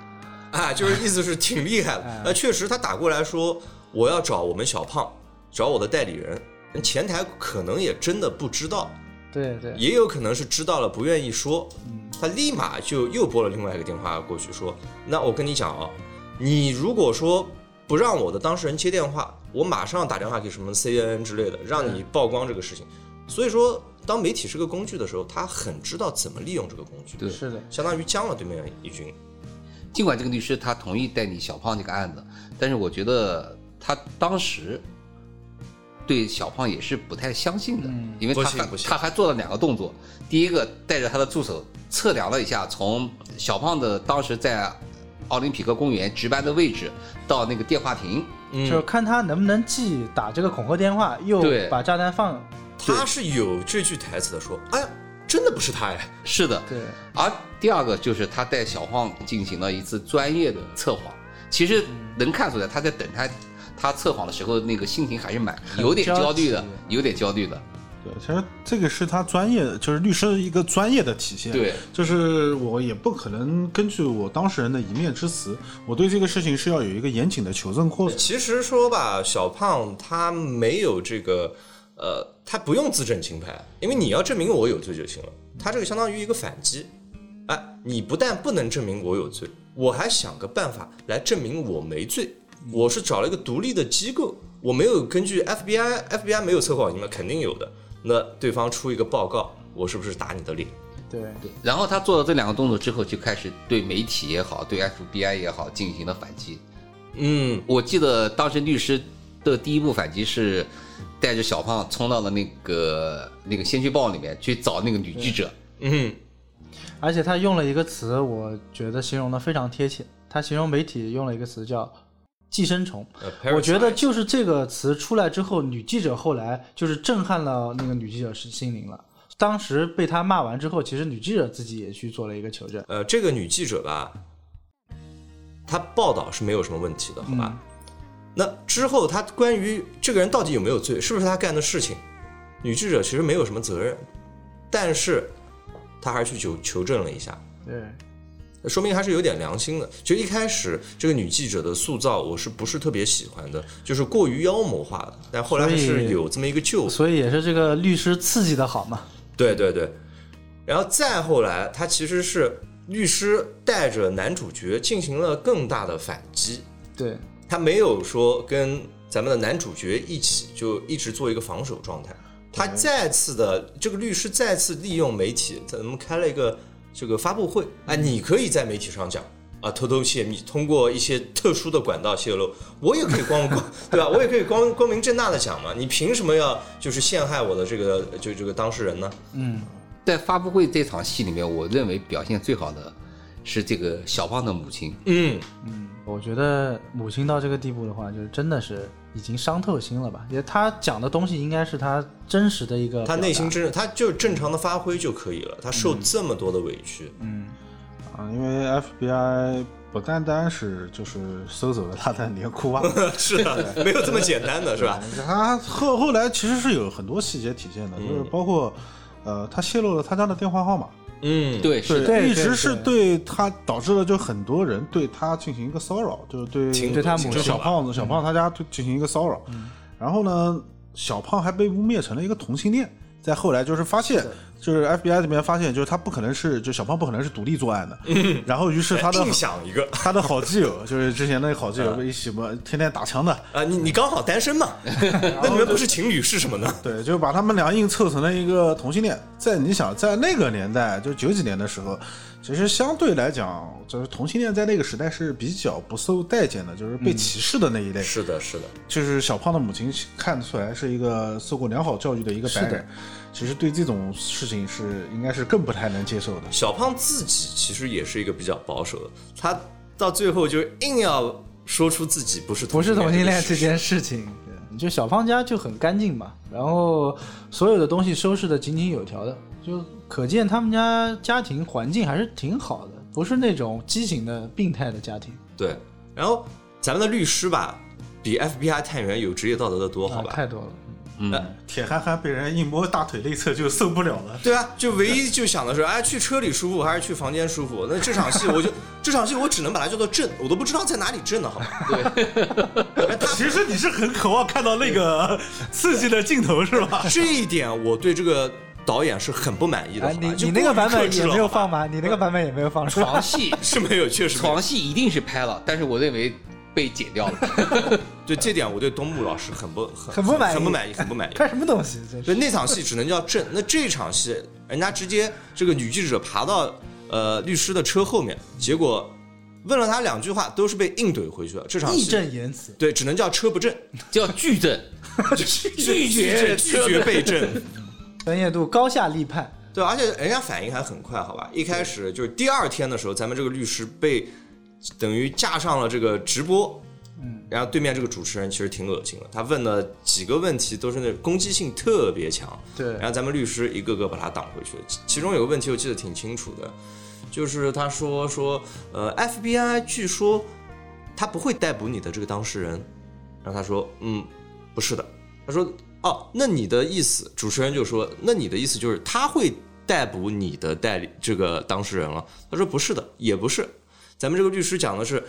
啊，就是意思是挺厉害的。那确实，他打过来说我要找我们小胖，找我的代理人。前台可能也真的不知道，”
对对，
也有可能是知道了不愿意说。他立马就又拨了另外一个电话过去说：“那我跟你讲啊，你如果说不让我的当事人接电话，我马上打电话给什么 CNN 之类的，让你曝光这个事情。”所以说，当媒体是个工具的时候，他很知道怎么利用这个工具，
对
是的。
相当于将了对面一军。
尽管这个律师他同意代理小胖这个案子，但是我觉得他当时对小胖也是不太相信的，因为他
不信
还
不信
他还做了两个动作，第一个带着他的助手测量了一下从小胖的当时在奥林匹克公园值班的位置到那个电话亭，
就是看他能不能既打这个恐吓电话，又
对
把炸弹放。
他是有这句台词的，说：“哎呀，真的不是他哎。
是的，
对，
而第二个就是他带小晃进行了一次专业的测谎，其实能看出来他在等他他测谎的时候那个心情还是蛮有点焦虑的
很焦，
有点焦虑的。
对，其实这个是他专业，就是律师的一个专业的体现。
对，
就是我也不可能根据我当事人的一面之词，我对这个事情是要有一个严谨的求证过”程。
其实说吧，小胖他没有这个，呃，他不用自证清白，因为你要证明我有罪就行了。他这个相当于一个反击，哎，你不但不能证明我有罪，我还想个办法来证明我没罪。我是找了一个独立的机构，我没有根据 FBI，FBI 没有测谎仪吗？肯定有的。那对方出一个报告，我是不是打你的脸？
对，
然后他做了这两个动作之后，就开始对媒体也好，对 FBI 也好进行了反击。
嗯，
我记得当时律师的第一步反击是带着小胖冲到了那个那个先驱报里面去找那个女记者，
嗯，
而且他用了一个词，我觉得形容的非常贴切。他形容媒体用了一个词叫“寄生虫”，
呃
我觉得
Parasite
就是这个词出来之后，女记者后来就是震撼了那个女记者是心灵了。当时被他骂完之后，其实女记者自己也去做了一个求证。
呃，这个女记者吧，她报道是没有什么问题的，好
嗯
吧？那之后她关于这个人到底有没有罪，是不是她干的事情，女记者其实没有什么责任，但是她还是去求求证了一下，
嗯对，
说明还是有点良心的。就一开始这个女记者的塑造，我是不是特别喜欢的？就是过于妖魔化的，但后来还
所以
是有这么一个救赎。
所以也是这个律师刺激的好嘛。
对对对，然后再后来，他其实是律师带着男主角进行了更大的反击，
对，
他没有说跟咱们的男主角一起就一直做一个防守状态，他再次的这个律师再次利用媒体，咱们开了一个这个发布会，啊，你可以在媒体上讲。啊，偷偷泄密，通过一些特殊的管道泄露，我也可以光 [laughs] 光，对吧？我也可以光光明正大的讲嘛，你凭什么要就是陷害我的这个就这个当事人呢？
嗯，
在发布会这场戏里面，我认为表现最好的是这个小胖的母亲，
嗯，
我觉得母亲到这个地步的话，就是真的是已经伤透心了吧？也他讲的东西应该是他真实的一个
他内心
表
真，他就正常的发挥就可以了。他受这么多的委屈，
啊，因为 FBI 不单单是就是收走了他的连裤袜，
[laughs] 是的，没有这么简单的，是吧？
[laughs] 他后后来其实是有很多细节体现的，就是包括呃，他泄露了他家的电话号码，
嗯，
对，是的，
对
一
对
直是对他导致了就很多人对他进行一个骚扰，就是对
挺
对他母
挺
就
亲
小胖子小
嗯
胖他家对进行一个骚扰，然后呢，小胖还被污蔑成了一个同性恋。再后来就是发现，就是 FBI 这边发现，就是他不可能是，就小胖不可能是独立作案的。
嗯
然后于是
[laughs]
他的
硬哎想一个
他的好基友，就是之前那个好基
嗯
友一起嘛，天天打枪的，
啊，你你刚好单身嘛，那你们不是情侣是什么
[laughs]
呢？
对，就把他们俩硬凑成了一个同性恋。在你想，在那个年代，就九几年的时候，其实相对来讲，就是同性恋在那个时代是比较不受待见的，就是被歧视的那一类。
是的，是的，
就是小胖的母亲看出来是一个受过良好教育的一个白人，其实对这种事情是应该是更不太能接受的。
小胖自己其实也是一个比较保守的，他到最后就硬要说出自己不是
达不是同性恋这
这个事实
件事情。对你就小胖家就很干净嘛，然后所有的东西收拾的井井有条的，就可见他们家家庭环境还是挺好的，不是那种畸形的病态的家庭。
对。然后咱们的律师吧，比 FBI 探员有职业道德的哦多，好
啊，
吧？
太多了。
铁憨憨被人一摸大腿内侧就受不了了。
对啊，就唯一就想的是，哎，去车里舒服还是去房间舒服？那这场戏我就这场戏我只能把它叫做震，我都不知道在哪里震了，好吗？ [laughs] 对，他
其实你是很渴望看到那个刺激的镜头，是吧？
这一点我对这个导演是很不满意的，
哎，
好
你
吧？就
你那个版本也没有
过于克制了
放吗？你那个版本也没有放是
[laughs]
吧？
床戏，
是没有，确实没有
床戏一定是拍了，但是我认为被剪掉了。
对这点我对东木老师很不很
很不满意
很不满意，很
[laughs]
不满意。
看什么东西？真是
对，那场戏只能叫震。那这场戏，人家直接这个女记者爬到呃律师的车后面，结果问了他两句话，都是被硬怼回去了。这场
义
戏
正言辞。
对，只能叫车不正。
叫矩阵，拒绝
[laughs] 拒绝被震，
专业度高下立判。
对，而且人家反应还很快，好吧？一开始就是第二天的时候，咱们这个律师被等于架上了这个直播，嗯，然后对面这个主持人其实挺恶心的，他问的几个问题都是那攻击性特别强，
对
然后咱们律师一个个把他挡回去，其其中有个问题我记得挺清楚的，就是他说说呃 FBI 据说他不会逮捕你的这个当事人，然后他说嗯不是的，他说：“哦，那你的意思？”主持人就说：“那你的意思就是他会逮捕你的代理这个当事人了？”他说：“不是的，也不是。咱们这个律师讲的是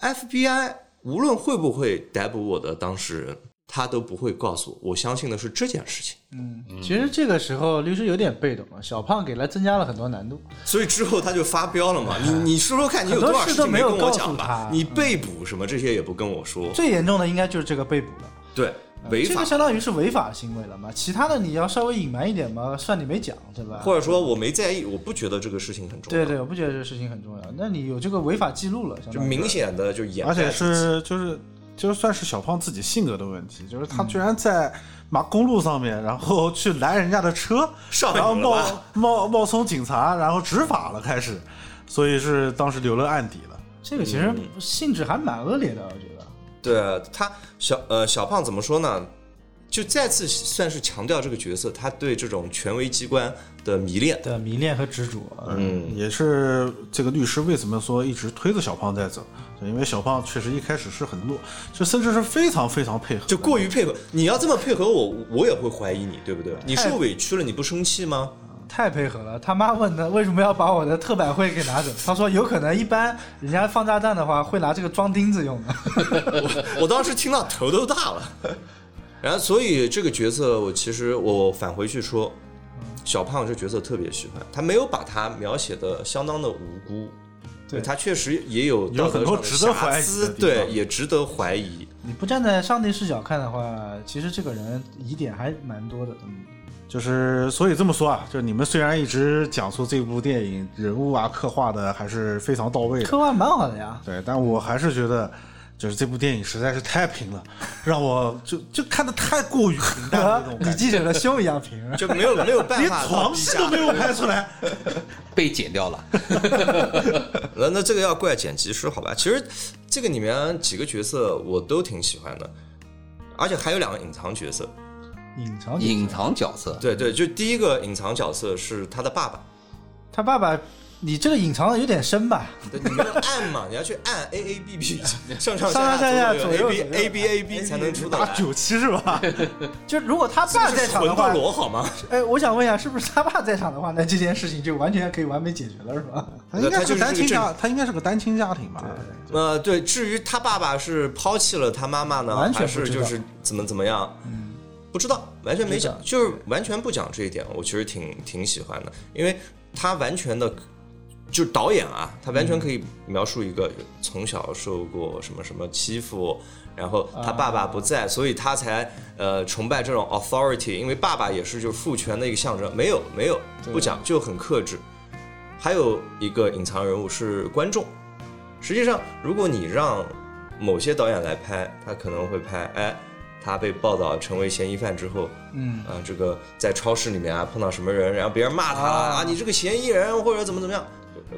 ，FBI 无论会不会逮捕我的当事人，他都不会告诉我。我相信的是这件事情。
嗯，其实这个时候律师有点被动了，啊小胖给他增加了很多难度。
所以之后他就发飙
[laughs]
了嘛。你你说说看，你有
很多
多少
事
事
都
情
没有
跟我
告诉
讲吧
他？
你被捕什么这些也不跟我说。
最严重的应该就是这个被捕了，
对，违
这
法
个。相当于是违法行为了嘛。其他的你要稍微隐瞒一点嘛，算你没讲，对吧？
或者说我没在意，我不觉得这个事情很重要，
对对，我不觉得这个事情很重要。那你有这个违法记录了，相
就
当于
明显的就掩盖
而且
自己嗯
是就是就算是小胖自己性格的问题，就是他居然在马公路上面，然后去拦人家的车，
上瘾
然后
了
冒
吧
冒冒充警察，然后执法了，开始，所以是当时留了案底了。
这个其实性质还蛮恶劣的，我觉得。
对他小呃小胖怎么说呢？就再次算是强调这个角色他对这种权威机关的迷恋。
对，迷恋和执着，
嗯，也是这个律师为什么说一直推着小胖在走，就因为小胖确实一开始是很弱，就甚至是非常非常配合的，
就过于配合，你要这么配合我，我也会怀疑你，对不对？你
哎
受委屈了，你不生气吗？
太配合了。他妈问他为什么要把我的特百惠给拿走，他说有可能一般人家放炸弹的话会拿这个装钉子用的。 [laughs]
[laughs] 我当时听到头都大了。 [laughs] 然后，所以这个角色，我其实我返回去说，小胖这角色特别喜欢，他没有把他描写的相当的无辜，
对
他确实也有
有
道
很
德
多
上的
值得怀
瑕
疑的
疵，
地
对，
方
也值得怀疑。
你不站在上帝视角看的话，其实这个人疑点还蛮多的。嗯，
就是所以这么说啊，就是你们虽然一直讲述这部电影人物啊刻画的还是非常到位的，
科幻蛮好的
[laughs]
呀，
对，但我还是觉得。就是这部电影实在是太平了，让我就就看的太过于平淡了那种
[laughs] 你
[laughs]
感觉，
记者的胸一样平。 [laughs]
就
[laughs]
没有没有办
连
法到
床
地
戏
下
都没有拍出来。
被剪掉了。
那那这个要怪剪辑师好吧？其实这个里面几个角色我都挺喜欢的，而且还有两个隐藏角色。
隐藏角色
隐藏角色，
对对，就第一个隐藏角色是他的爸爸，
他爸爸，你这个隐藏的有点深吧？
对你没有按嘛，你要去按 A A B [laughs] B 上上
上上下下
左
左右
A
左右
B A B A B 才能哎出
打
来。
九七是吧？
就如果他爸在场
魂
的
斗
话，
罗好吗？
哎，我想问一下，是不是他爸在场的话， [laughs] 那这件事情就完全可以完美解决了，是吧？
他应该是
他就是
个
个
单亲家，
正
他应该是个单亲家庭吧？
[laughs] 呃，对，至于他爸爸是抛弃了他妈妈呢，
完全
还
不知道
是就是怎么怎么样，不知道，完全没讲，就是完全不讲这一点，我其实挺挺喜欢的，因为他完全的，就是导演啊，他完全可以描述一个从小受过什么什么欺负。然后他爸爸不在，所以他才呃崇拜这种 authority，因为爸爸也是就是父权的一个象征。没有没有不讲，就很克制。还有一个隐藏人物是观众，实际上，如果你让某些导演来拍，他可能会拍，哎，他被报道成为嫌疑犯之后，
嗯，
啊，这个在超市里面啊碰到什么人，然后别人骂他了
啊
啊，你这个嫌疑人或者怎么怎么样，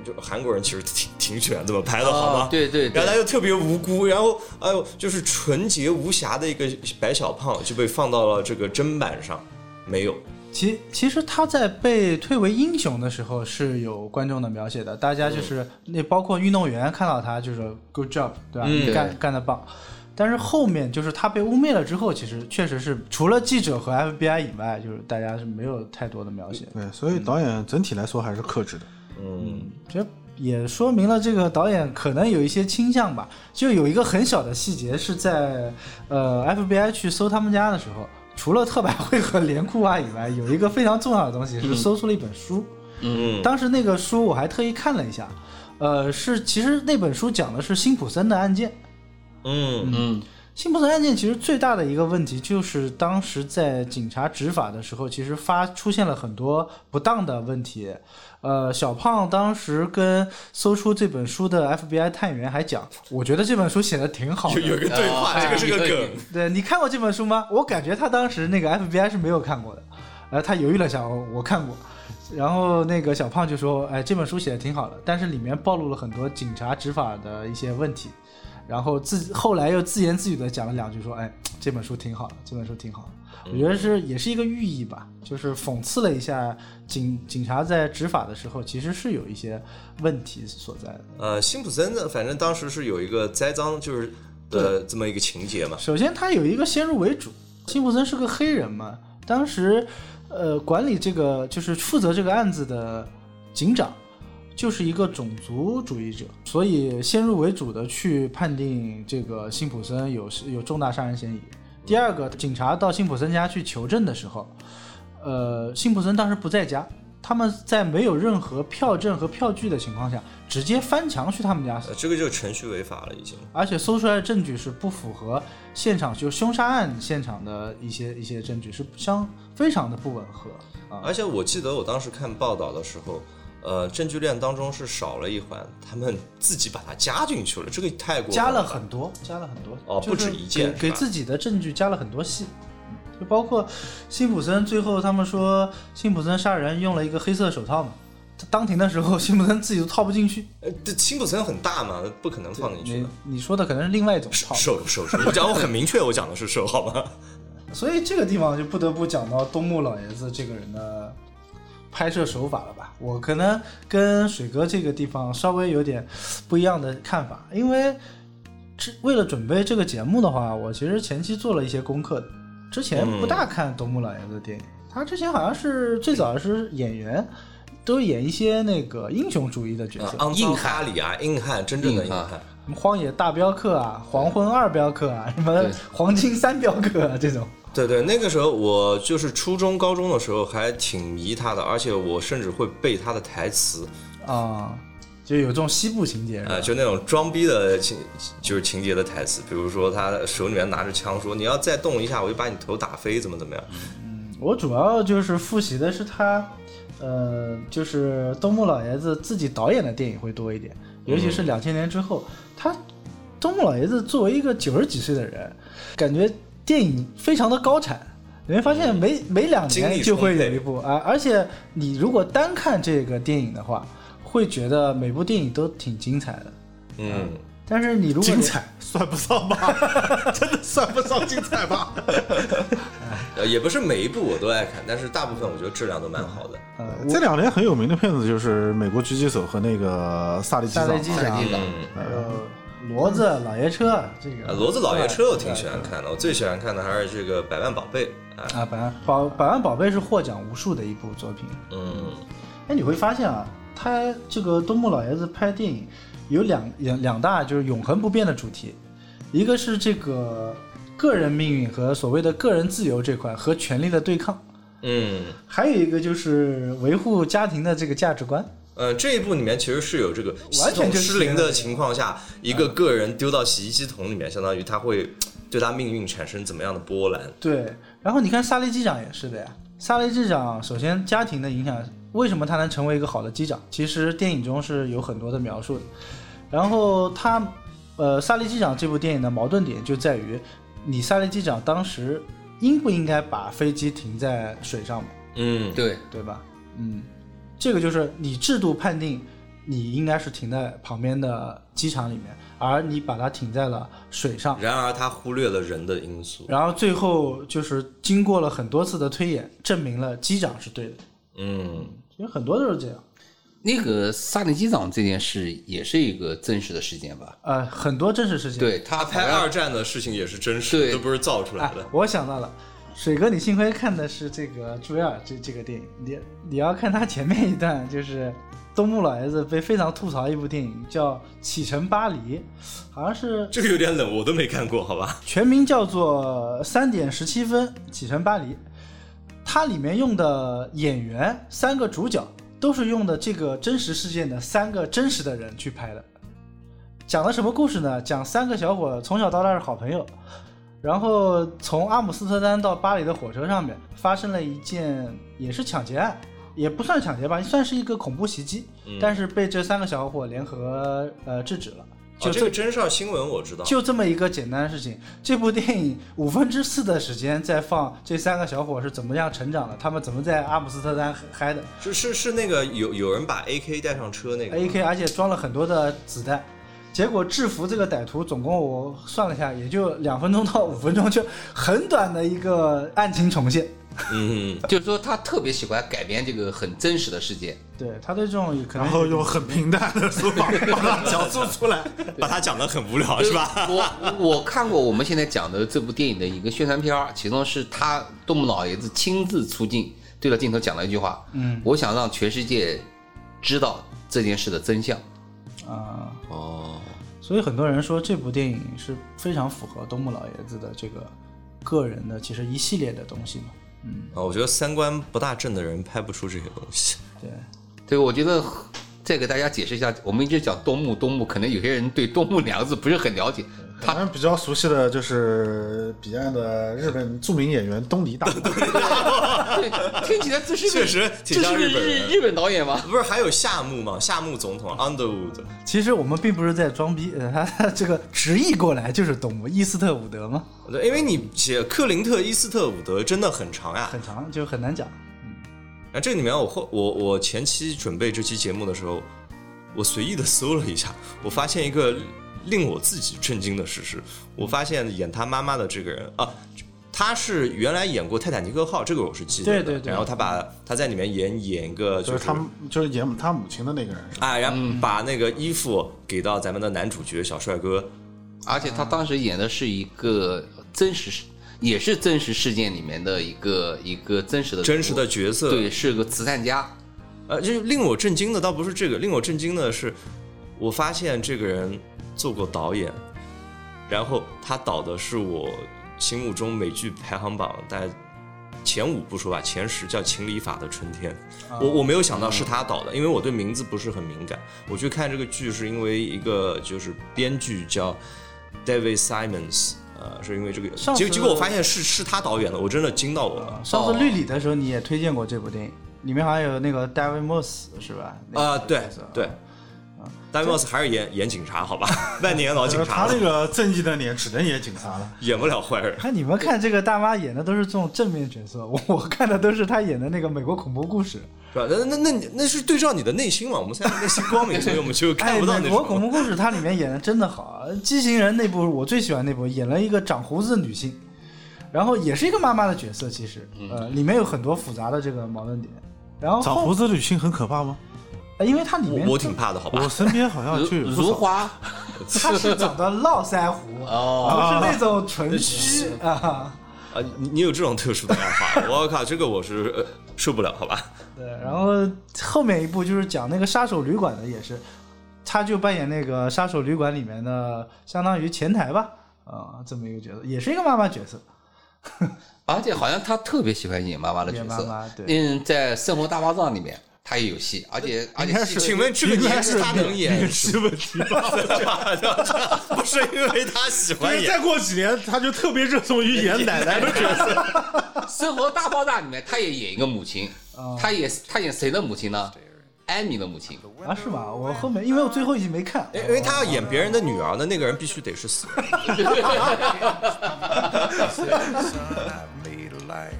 就就韩国人其实挺挺喜欢这么拍的，好吗
哦？。对对
然后他
对，
又特别无辜，然后哎呦，就是纯洁无瑕的一个白小胖就被放到了这个砧板上，没有，
其其实他在被推为英雄的时候是有观众的描写的，大家就是那、包括运动员看到他就是说 good job，对吧？
嗯
你干
对
干得棒。但是后面就是他被污蔑了之后，其实确实是除了记者和 FBI 以外，就是大家是没有太多的描写。
对，所以导演整体来说还是克制的。
嗯，
这也说明了这个导演可能有一些倾向吧。就有一个很小的细节是在呃 FBI 去搜他们家的时候，除了特百惠和连裤袜以外，有一个非常重要的东西是搜出了一本书。
嗯，
当时那个书我还特意看了一下，呃，是其实那本书讲的是辛普森的案件。
嗯，
嗯，
辛普森案件其实最大的一个问题就是，当时在警察执法的时候，其实发出现了很多不当的问题。呃，小胖当时跟搜出这本书的 FBI 探员还讲，我觉得这本书写的挺好
有有
的。
一个对话，
哦
这个是个
哎
梗，
对你看过这本书吗？我感觉他当时那个 FBI 是没有看过的。呃，他犹豫了一下，我我看过。然后那个小胖就说：“哎，这本书写的挺好的，但是里面暴露了很多警察执法的一些问题。”然后自后来又自言自语的讲了两句，说：“哎，这本书挺好的，这本书挺好的。”我觉得是也是一个寓意吧，就是讽刺了一下警警察在执法的时候其实是有一些问题所在的。
呃，辛普森呢，反正当时是有一个栽赃，就是呃这么一个情节嘛。
首先，他有一个先入为主，辛普森是个黑人嘛，当时，呃，管理这个就是负责这个案子的警长，就是一个种族主义者，所以先入为主的去判定这个辛普森有有重大杀人嫌疑。第二个，警察到辛普森家去求证的时候，呃，辛普森当时不在家。他们在没有任何票证和票据的情况下，直接翻墙去他们家
呃，这个就是程序违法了，已经。
而且搜出来的证据是不符合现场，就是凶杀案现场的一些一些证据是相非常的不吻合啊。
而且我记得我当时看报道的时候，呃，证据链当中是少了一环，他们自己把它加进去了，这个太过分
加了很多，加了很多
哦
就是
不止一
给
件是吧
给自己的证据加了很多戏。就包括辛普森最后他们说辛普森杀人用了一个黑色手套嘛，他当庭的时候辛普森自己都套不进去，
呃，这辛普森很大嘛，不可能放进去
你
的。
你说的可能是另外一种套，
瘦瘦瘦，我讲我很明确，我讲的是瘦，好
[laughs]
吗？
所以这个地方就不得不讲到东木老爷子这个人的拍摄手法了吧？我可能跟水哥这个地方稍微有点不一样的看法，因为这为了准备这个节目的话，我其实前期做了一些功课的，之前不大看东木老爷子的电影，他之前好像是最早是演员，都演一些那个英雄主义的角色，
肮脏
硬
哈
汉
里啊，硬汉，真正的
硬
硬
汉
汉。
什么荒野大镖客啊、黄昏二镖客啊、什么
对
黄金三镖客啊这种。
对对，那个时候我就是初中、高中的时候还挺迷他的，而且我甚至会背他的台词，
啊、就有这种西部情节是吧
啊，就那种装逼的情，就是情节的台词，比如说他手里面拿着枪说：“你要再动一下，我就把你头打飞，怎么怎么样。
我主要就是复习的是他，呃，就是东木老爷子自己导演的电影会多一点，尤其是
嗯
两千年之后，他东木老爷子作为一个九十几岁的人，感觉电影非常的高产。你会发现每每两
嗯精力
年就会
充
有
沛
一部啊，而且你如果单看这个电影的话，会觉得每部电影都挺精彩的。
嗯，
但是你如果
精彩算不上吧， [laughs] 真的算不上精彩吧。
[laughs] 呃，也不是每一部我都爱看，但是大部分我觉得质量都蛮好的。
呃，
这两年很有名的片子就是《美国狙击手》和那个《萨利机
大
长
内》机
大
长
内机，长
嗯，
还有呃骡子老爷车这个
啊，骡子老爷车我挺喜欢看的，我最喜欢看的还是这个《百万宝贝》啊，
啊，百万宝百万宝贝是获奖无数的一部作品。
嗯，
哎，你会发现啊，他这个东木老爷子拍电影有两两两大就是永恒不变的主题，一个是这个个人命运和所谓的个人自由这块和权力的对抗，
嗯，
还有一个就是维护家庭的这个价值观。
呃，这一部里面其实是有这个系
完全
统
就是
失灵的情况下，一个个人丢到洗衣机桶里面，相当于他会对他命运产生怎么样的波澜？
对，然后你看萨利机长也是的呀。萨利机长首先家庭的影响，为什么他能成为一个好的机长？其实电影中是有很多的描述的。然后他，呃，萨利机长这部电影的矛盾点就在于，你萨利机长当时应不应该把飞机停在水上面
嗯，
对，
对吧？嗯，这个就是你制度判定你应该是停在旁边的机场里面，而你把它停在了水上。
然而他忽略了人的因素。
然后最后就是经过了很多次的推演，证明了机长是对的。
嗯，
其实很多都是这样，
那个萨利机长这件事也是一个真实的事件吧？
呃，很多真实事情。
对他
他拍
好像
二战的事情也是真实的，
对
都不是造出
哎
来的。，
我想到了，水哥，你幸亏看的是这个朱亚尔这这个电影，你你要看他前面一段，就是东木老爷子被非常吐槽一部电影叫《启程巴黎》，好像是
这个有点冷，我都没看过，好吧？
[laughs] 全名叫做《三点十七分启程巴黎》，它里面用的演员三个主角都是用的这个真实事件的三个真实的人去拍的。讲的什么故事呢？讲三个小伙从小到大是好朋友，然后从阿姆斯特丹到巴黎的火车上面发生了一件也是抢劫案，也不算抢劫吧，算是一个恐怖袭击，
嗯
但是被这三个小伙联合呃制止了。
哦，
就
这个真事儿新闻我知道。
就这么一个简单的事情，这部电影五分之四的时间在放这三个小伙是怎么样成长的，他们怎么在阿姆斯特丹嗨的
是是是那个有有人把 AK 带上车那个吗
，AK，而且装了很多的子弹。结果制服这个歹徒，总共我算了一下，也就两分钟到五分钟，就很短的一个案情重现。
嗯，
就是说他特别喜欢改编这个很真实的事件。
对他对这种可能
然后用很平淡的
[laughs]
手法把它讲述出来。
把他讲的很无 [laughs] 聊是吧？
我我看过我们现在讲的这部电影的一个宣传片儿，其中是他动木老爷子亲自出镜，对着镜头讲了一句话：“
嗯
我想让全世界知道这件事的真相。
[laughs]
啊、”
哦，
所以很多人说这部电影是非常符合东木老爷子的这个个人的其实一系列的东西嘛。嗯，
啊，我觉得三观不大正的人拍不出这些东西。
对。
对，我觉得再给大家解释一下，我们一直讲东木，东木，可能有些人对东木两个字不是很了解，
他们比较熟悉的就是彼岸的日本著名演员东尼大佐，
对， [laughs] 听起来这是个
确实挺
这
像
是个
日本人
日日本导演吗？
不是还有夏目吗？夏目总统 Underwood，
其实我们并不是在装逼， [laughs] 呃，他他这个直译过来就是懂姆伊斯特伍德嘛，
对，因为你写克林特·伊斯特伍德真的很长呀、
很长就很难讲。
那这里面我后我我前期准备这期节目的时候，我随意的搜了一下，我发现一个令我自己震惊的事实，我发现演他妈妈的这个人啊。他是原来演过《泰坦尼克号》，这个我是记得的。
对对对
然后他把他在里面演演一个
就是他们就是演他母亲的那个人是吧？
啊，然
嗯
后把那个衣服给到咱们的男主角小帅哥，
而且他当时演的是一个真实事，也是真实事件里面的一个一个真实的
真实的
人
角
物
色。
对，是个慈善家。
呃，就是令我震惊的倒不是这个，令我震惊的是，我发现这个人做过导演，然后他导的是我心目中美剧排行榜大概前五不说吧，前十叫《情理法的春天》，
啊
我我没有
嗯
想到是他导的，因为我对名字不是很敏感。我去看这个剧是因为一个就是编剧叫 David Simons。呃，是因为这个，
上
结
次
结果我发现是是他导演的，我真的惊到我了。哦
上次绿里的时候你也推荐过这部电影，里面好像有那个 David Moss 是吧？那个
啊，对
角色
对，丹莫斯还是演演警察，好吧， [laughs] 万年老警
就是
察
呃他
了
那个正义的脸只能演警察了。
演不了坏
[laughs]
人。
看你们看这个大妈演的都是这种正面角色，我我看的都是她演的那个美国恐怖故事。
是吧？那那那你那是对照你的内心嘛？我们现在内心光明，所以我们就 [laughs] 看
哎，
不到那
美国
种。
恐怖故事它里面演的真的好啊，《畸形人》那部我最喜欢那部，演了一个长胡子的女性，然后也是一个妈妈的角色，其实呃里面有很多复杂的这个矛盾点。然后
长
后
胡子女性很可怕吗？
哎因为它里面
我我挺怕的，好吧
我？身边好
啊
像
如
就有不
如
少。
花，
它是长得络腮胡，
哦
不是那种唇须啊。
啊，你你有这种特殊的爱好，啊 [laughs] 我靠，这个我是呃受不了，好吧？
对，然后后面一部就是讲那个杀手旅馆的，也是，他就扮演那个杀手旅馆里面的相当于前台吧，啊、这么一个角色，也是一个妈妈角色。
而且好像他特别喜欢演妈妈的角
演妈
色。
妈对
嗯，在《生活大爆炸》里面他也有戏，而且
啊
而且戏
请问这个年纪他能演是问 [laughs] 题吧？不是因为他喜欢演，
过几年，他就特别热衷于演奶奶的角色。
《 [laughs] 生活大爆炸》里面他也演一个母亲，
哦
他也他演谁的母亲呢？艾米的母亲。
啊，是吗？我后面因为我最后一集没看，
因为他要演别人的女儿，那那个人必须得是死人。
I made a life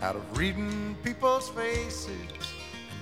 out of reading people's faces,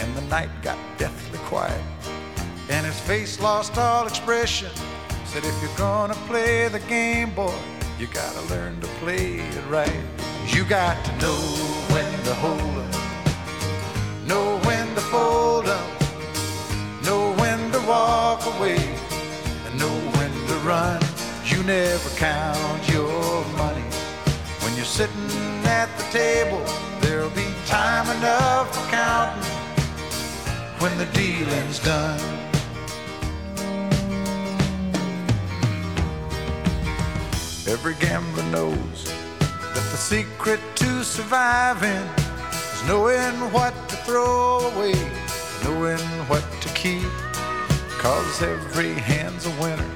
And the night got deathly quiet. And his face lost all expression. Said, if you're gonna play the game, boy, you gotta learn to play it right. You got to know when to hold 'em, know when to fold 'em, know when to walk away, and know when to run. You never count your money. When you're sitting at the table, there'll be time enough for counting when the dealing's done. Every gambler knows that the secret to surviving is knowing what to throw away, knowing what to keep. Cause every hand's a winner.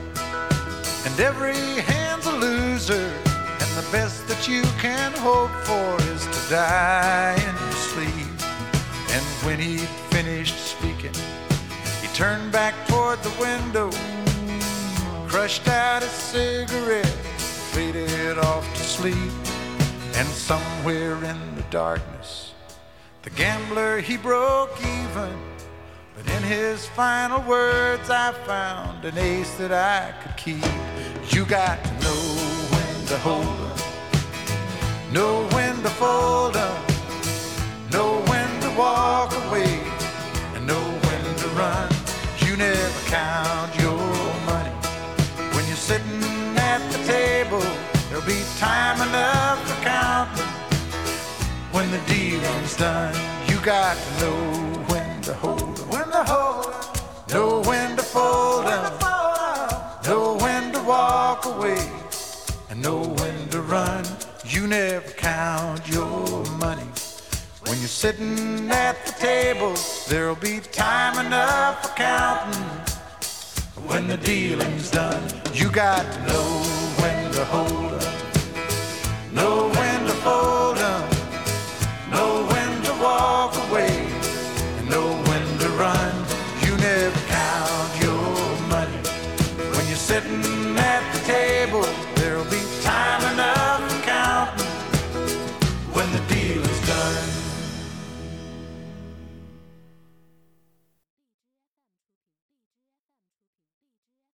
And every hand's a loser. And the best that you can hope for is to die in your sleep. And when he'd finished speaking, he turned back toward the window, crushed out a cigarette, faded off to sleep. And somewhere in the darkness, the gambler he broke even. But in his final words, I found an ace that I could keep. You got to know when to hold 'em, know when to fold 'em, know when to walk away, and know when to run. You never count your money when you're sitting at the table. There'll There'll be time enough for counting when the dealing's done. You got to know when to hold 'em, when to hold 'em, know when to fold 'em, know when to walk away, and know when to run. You never count your money. When you're sitting at the table, there'll be time enough for counting when the dealing's done. You got to know when to hold 'em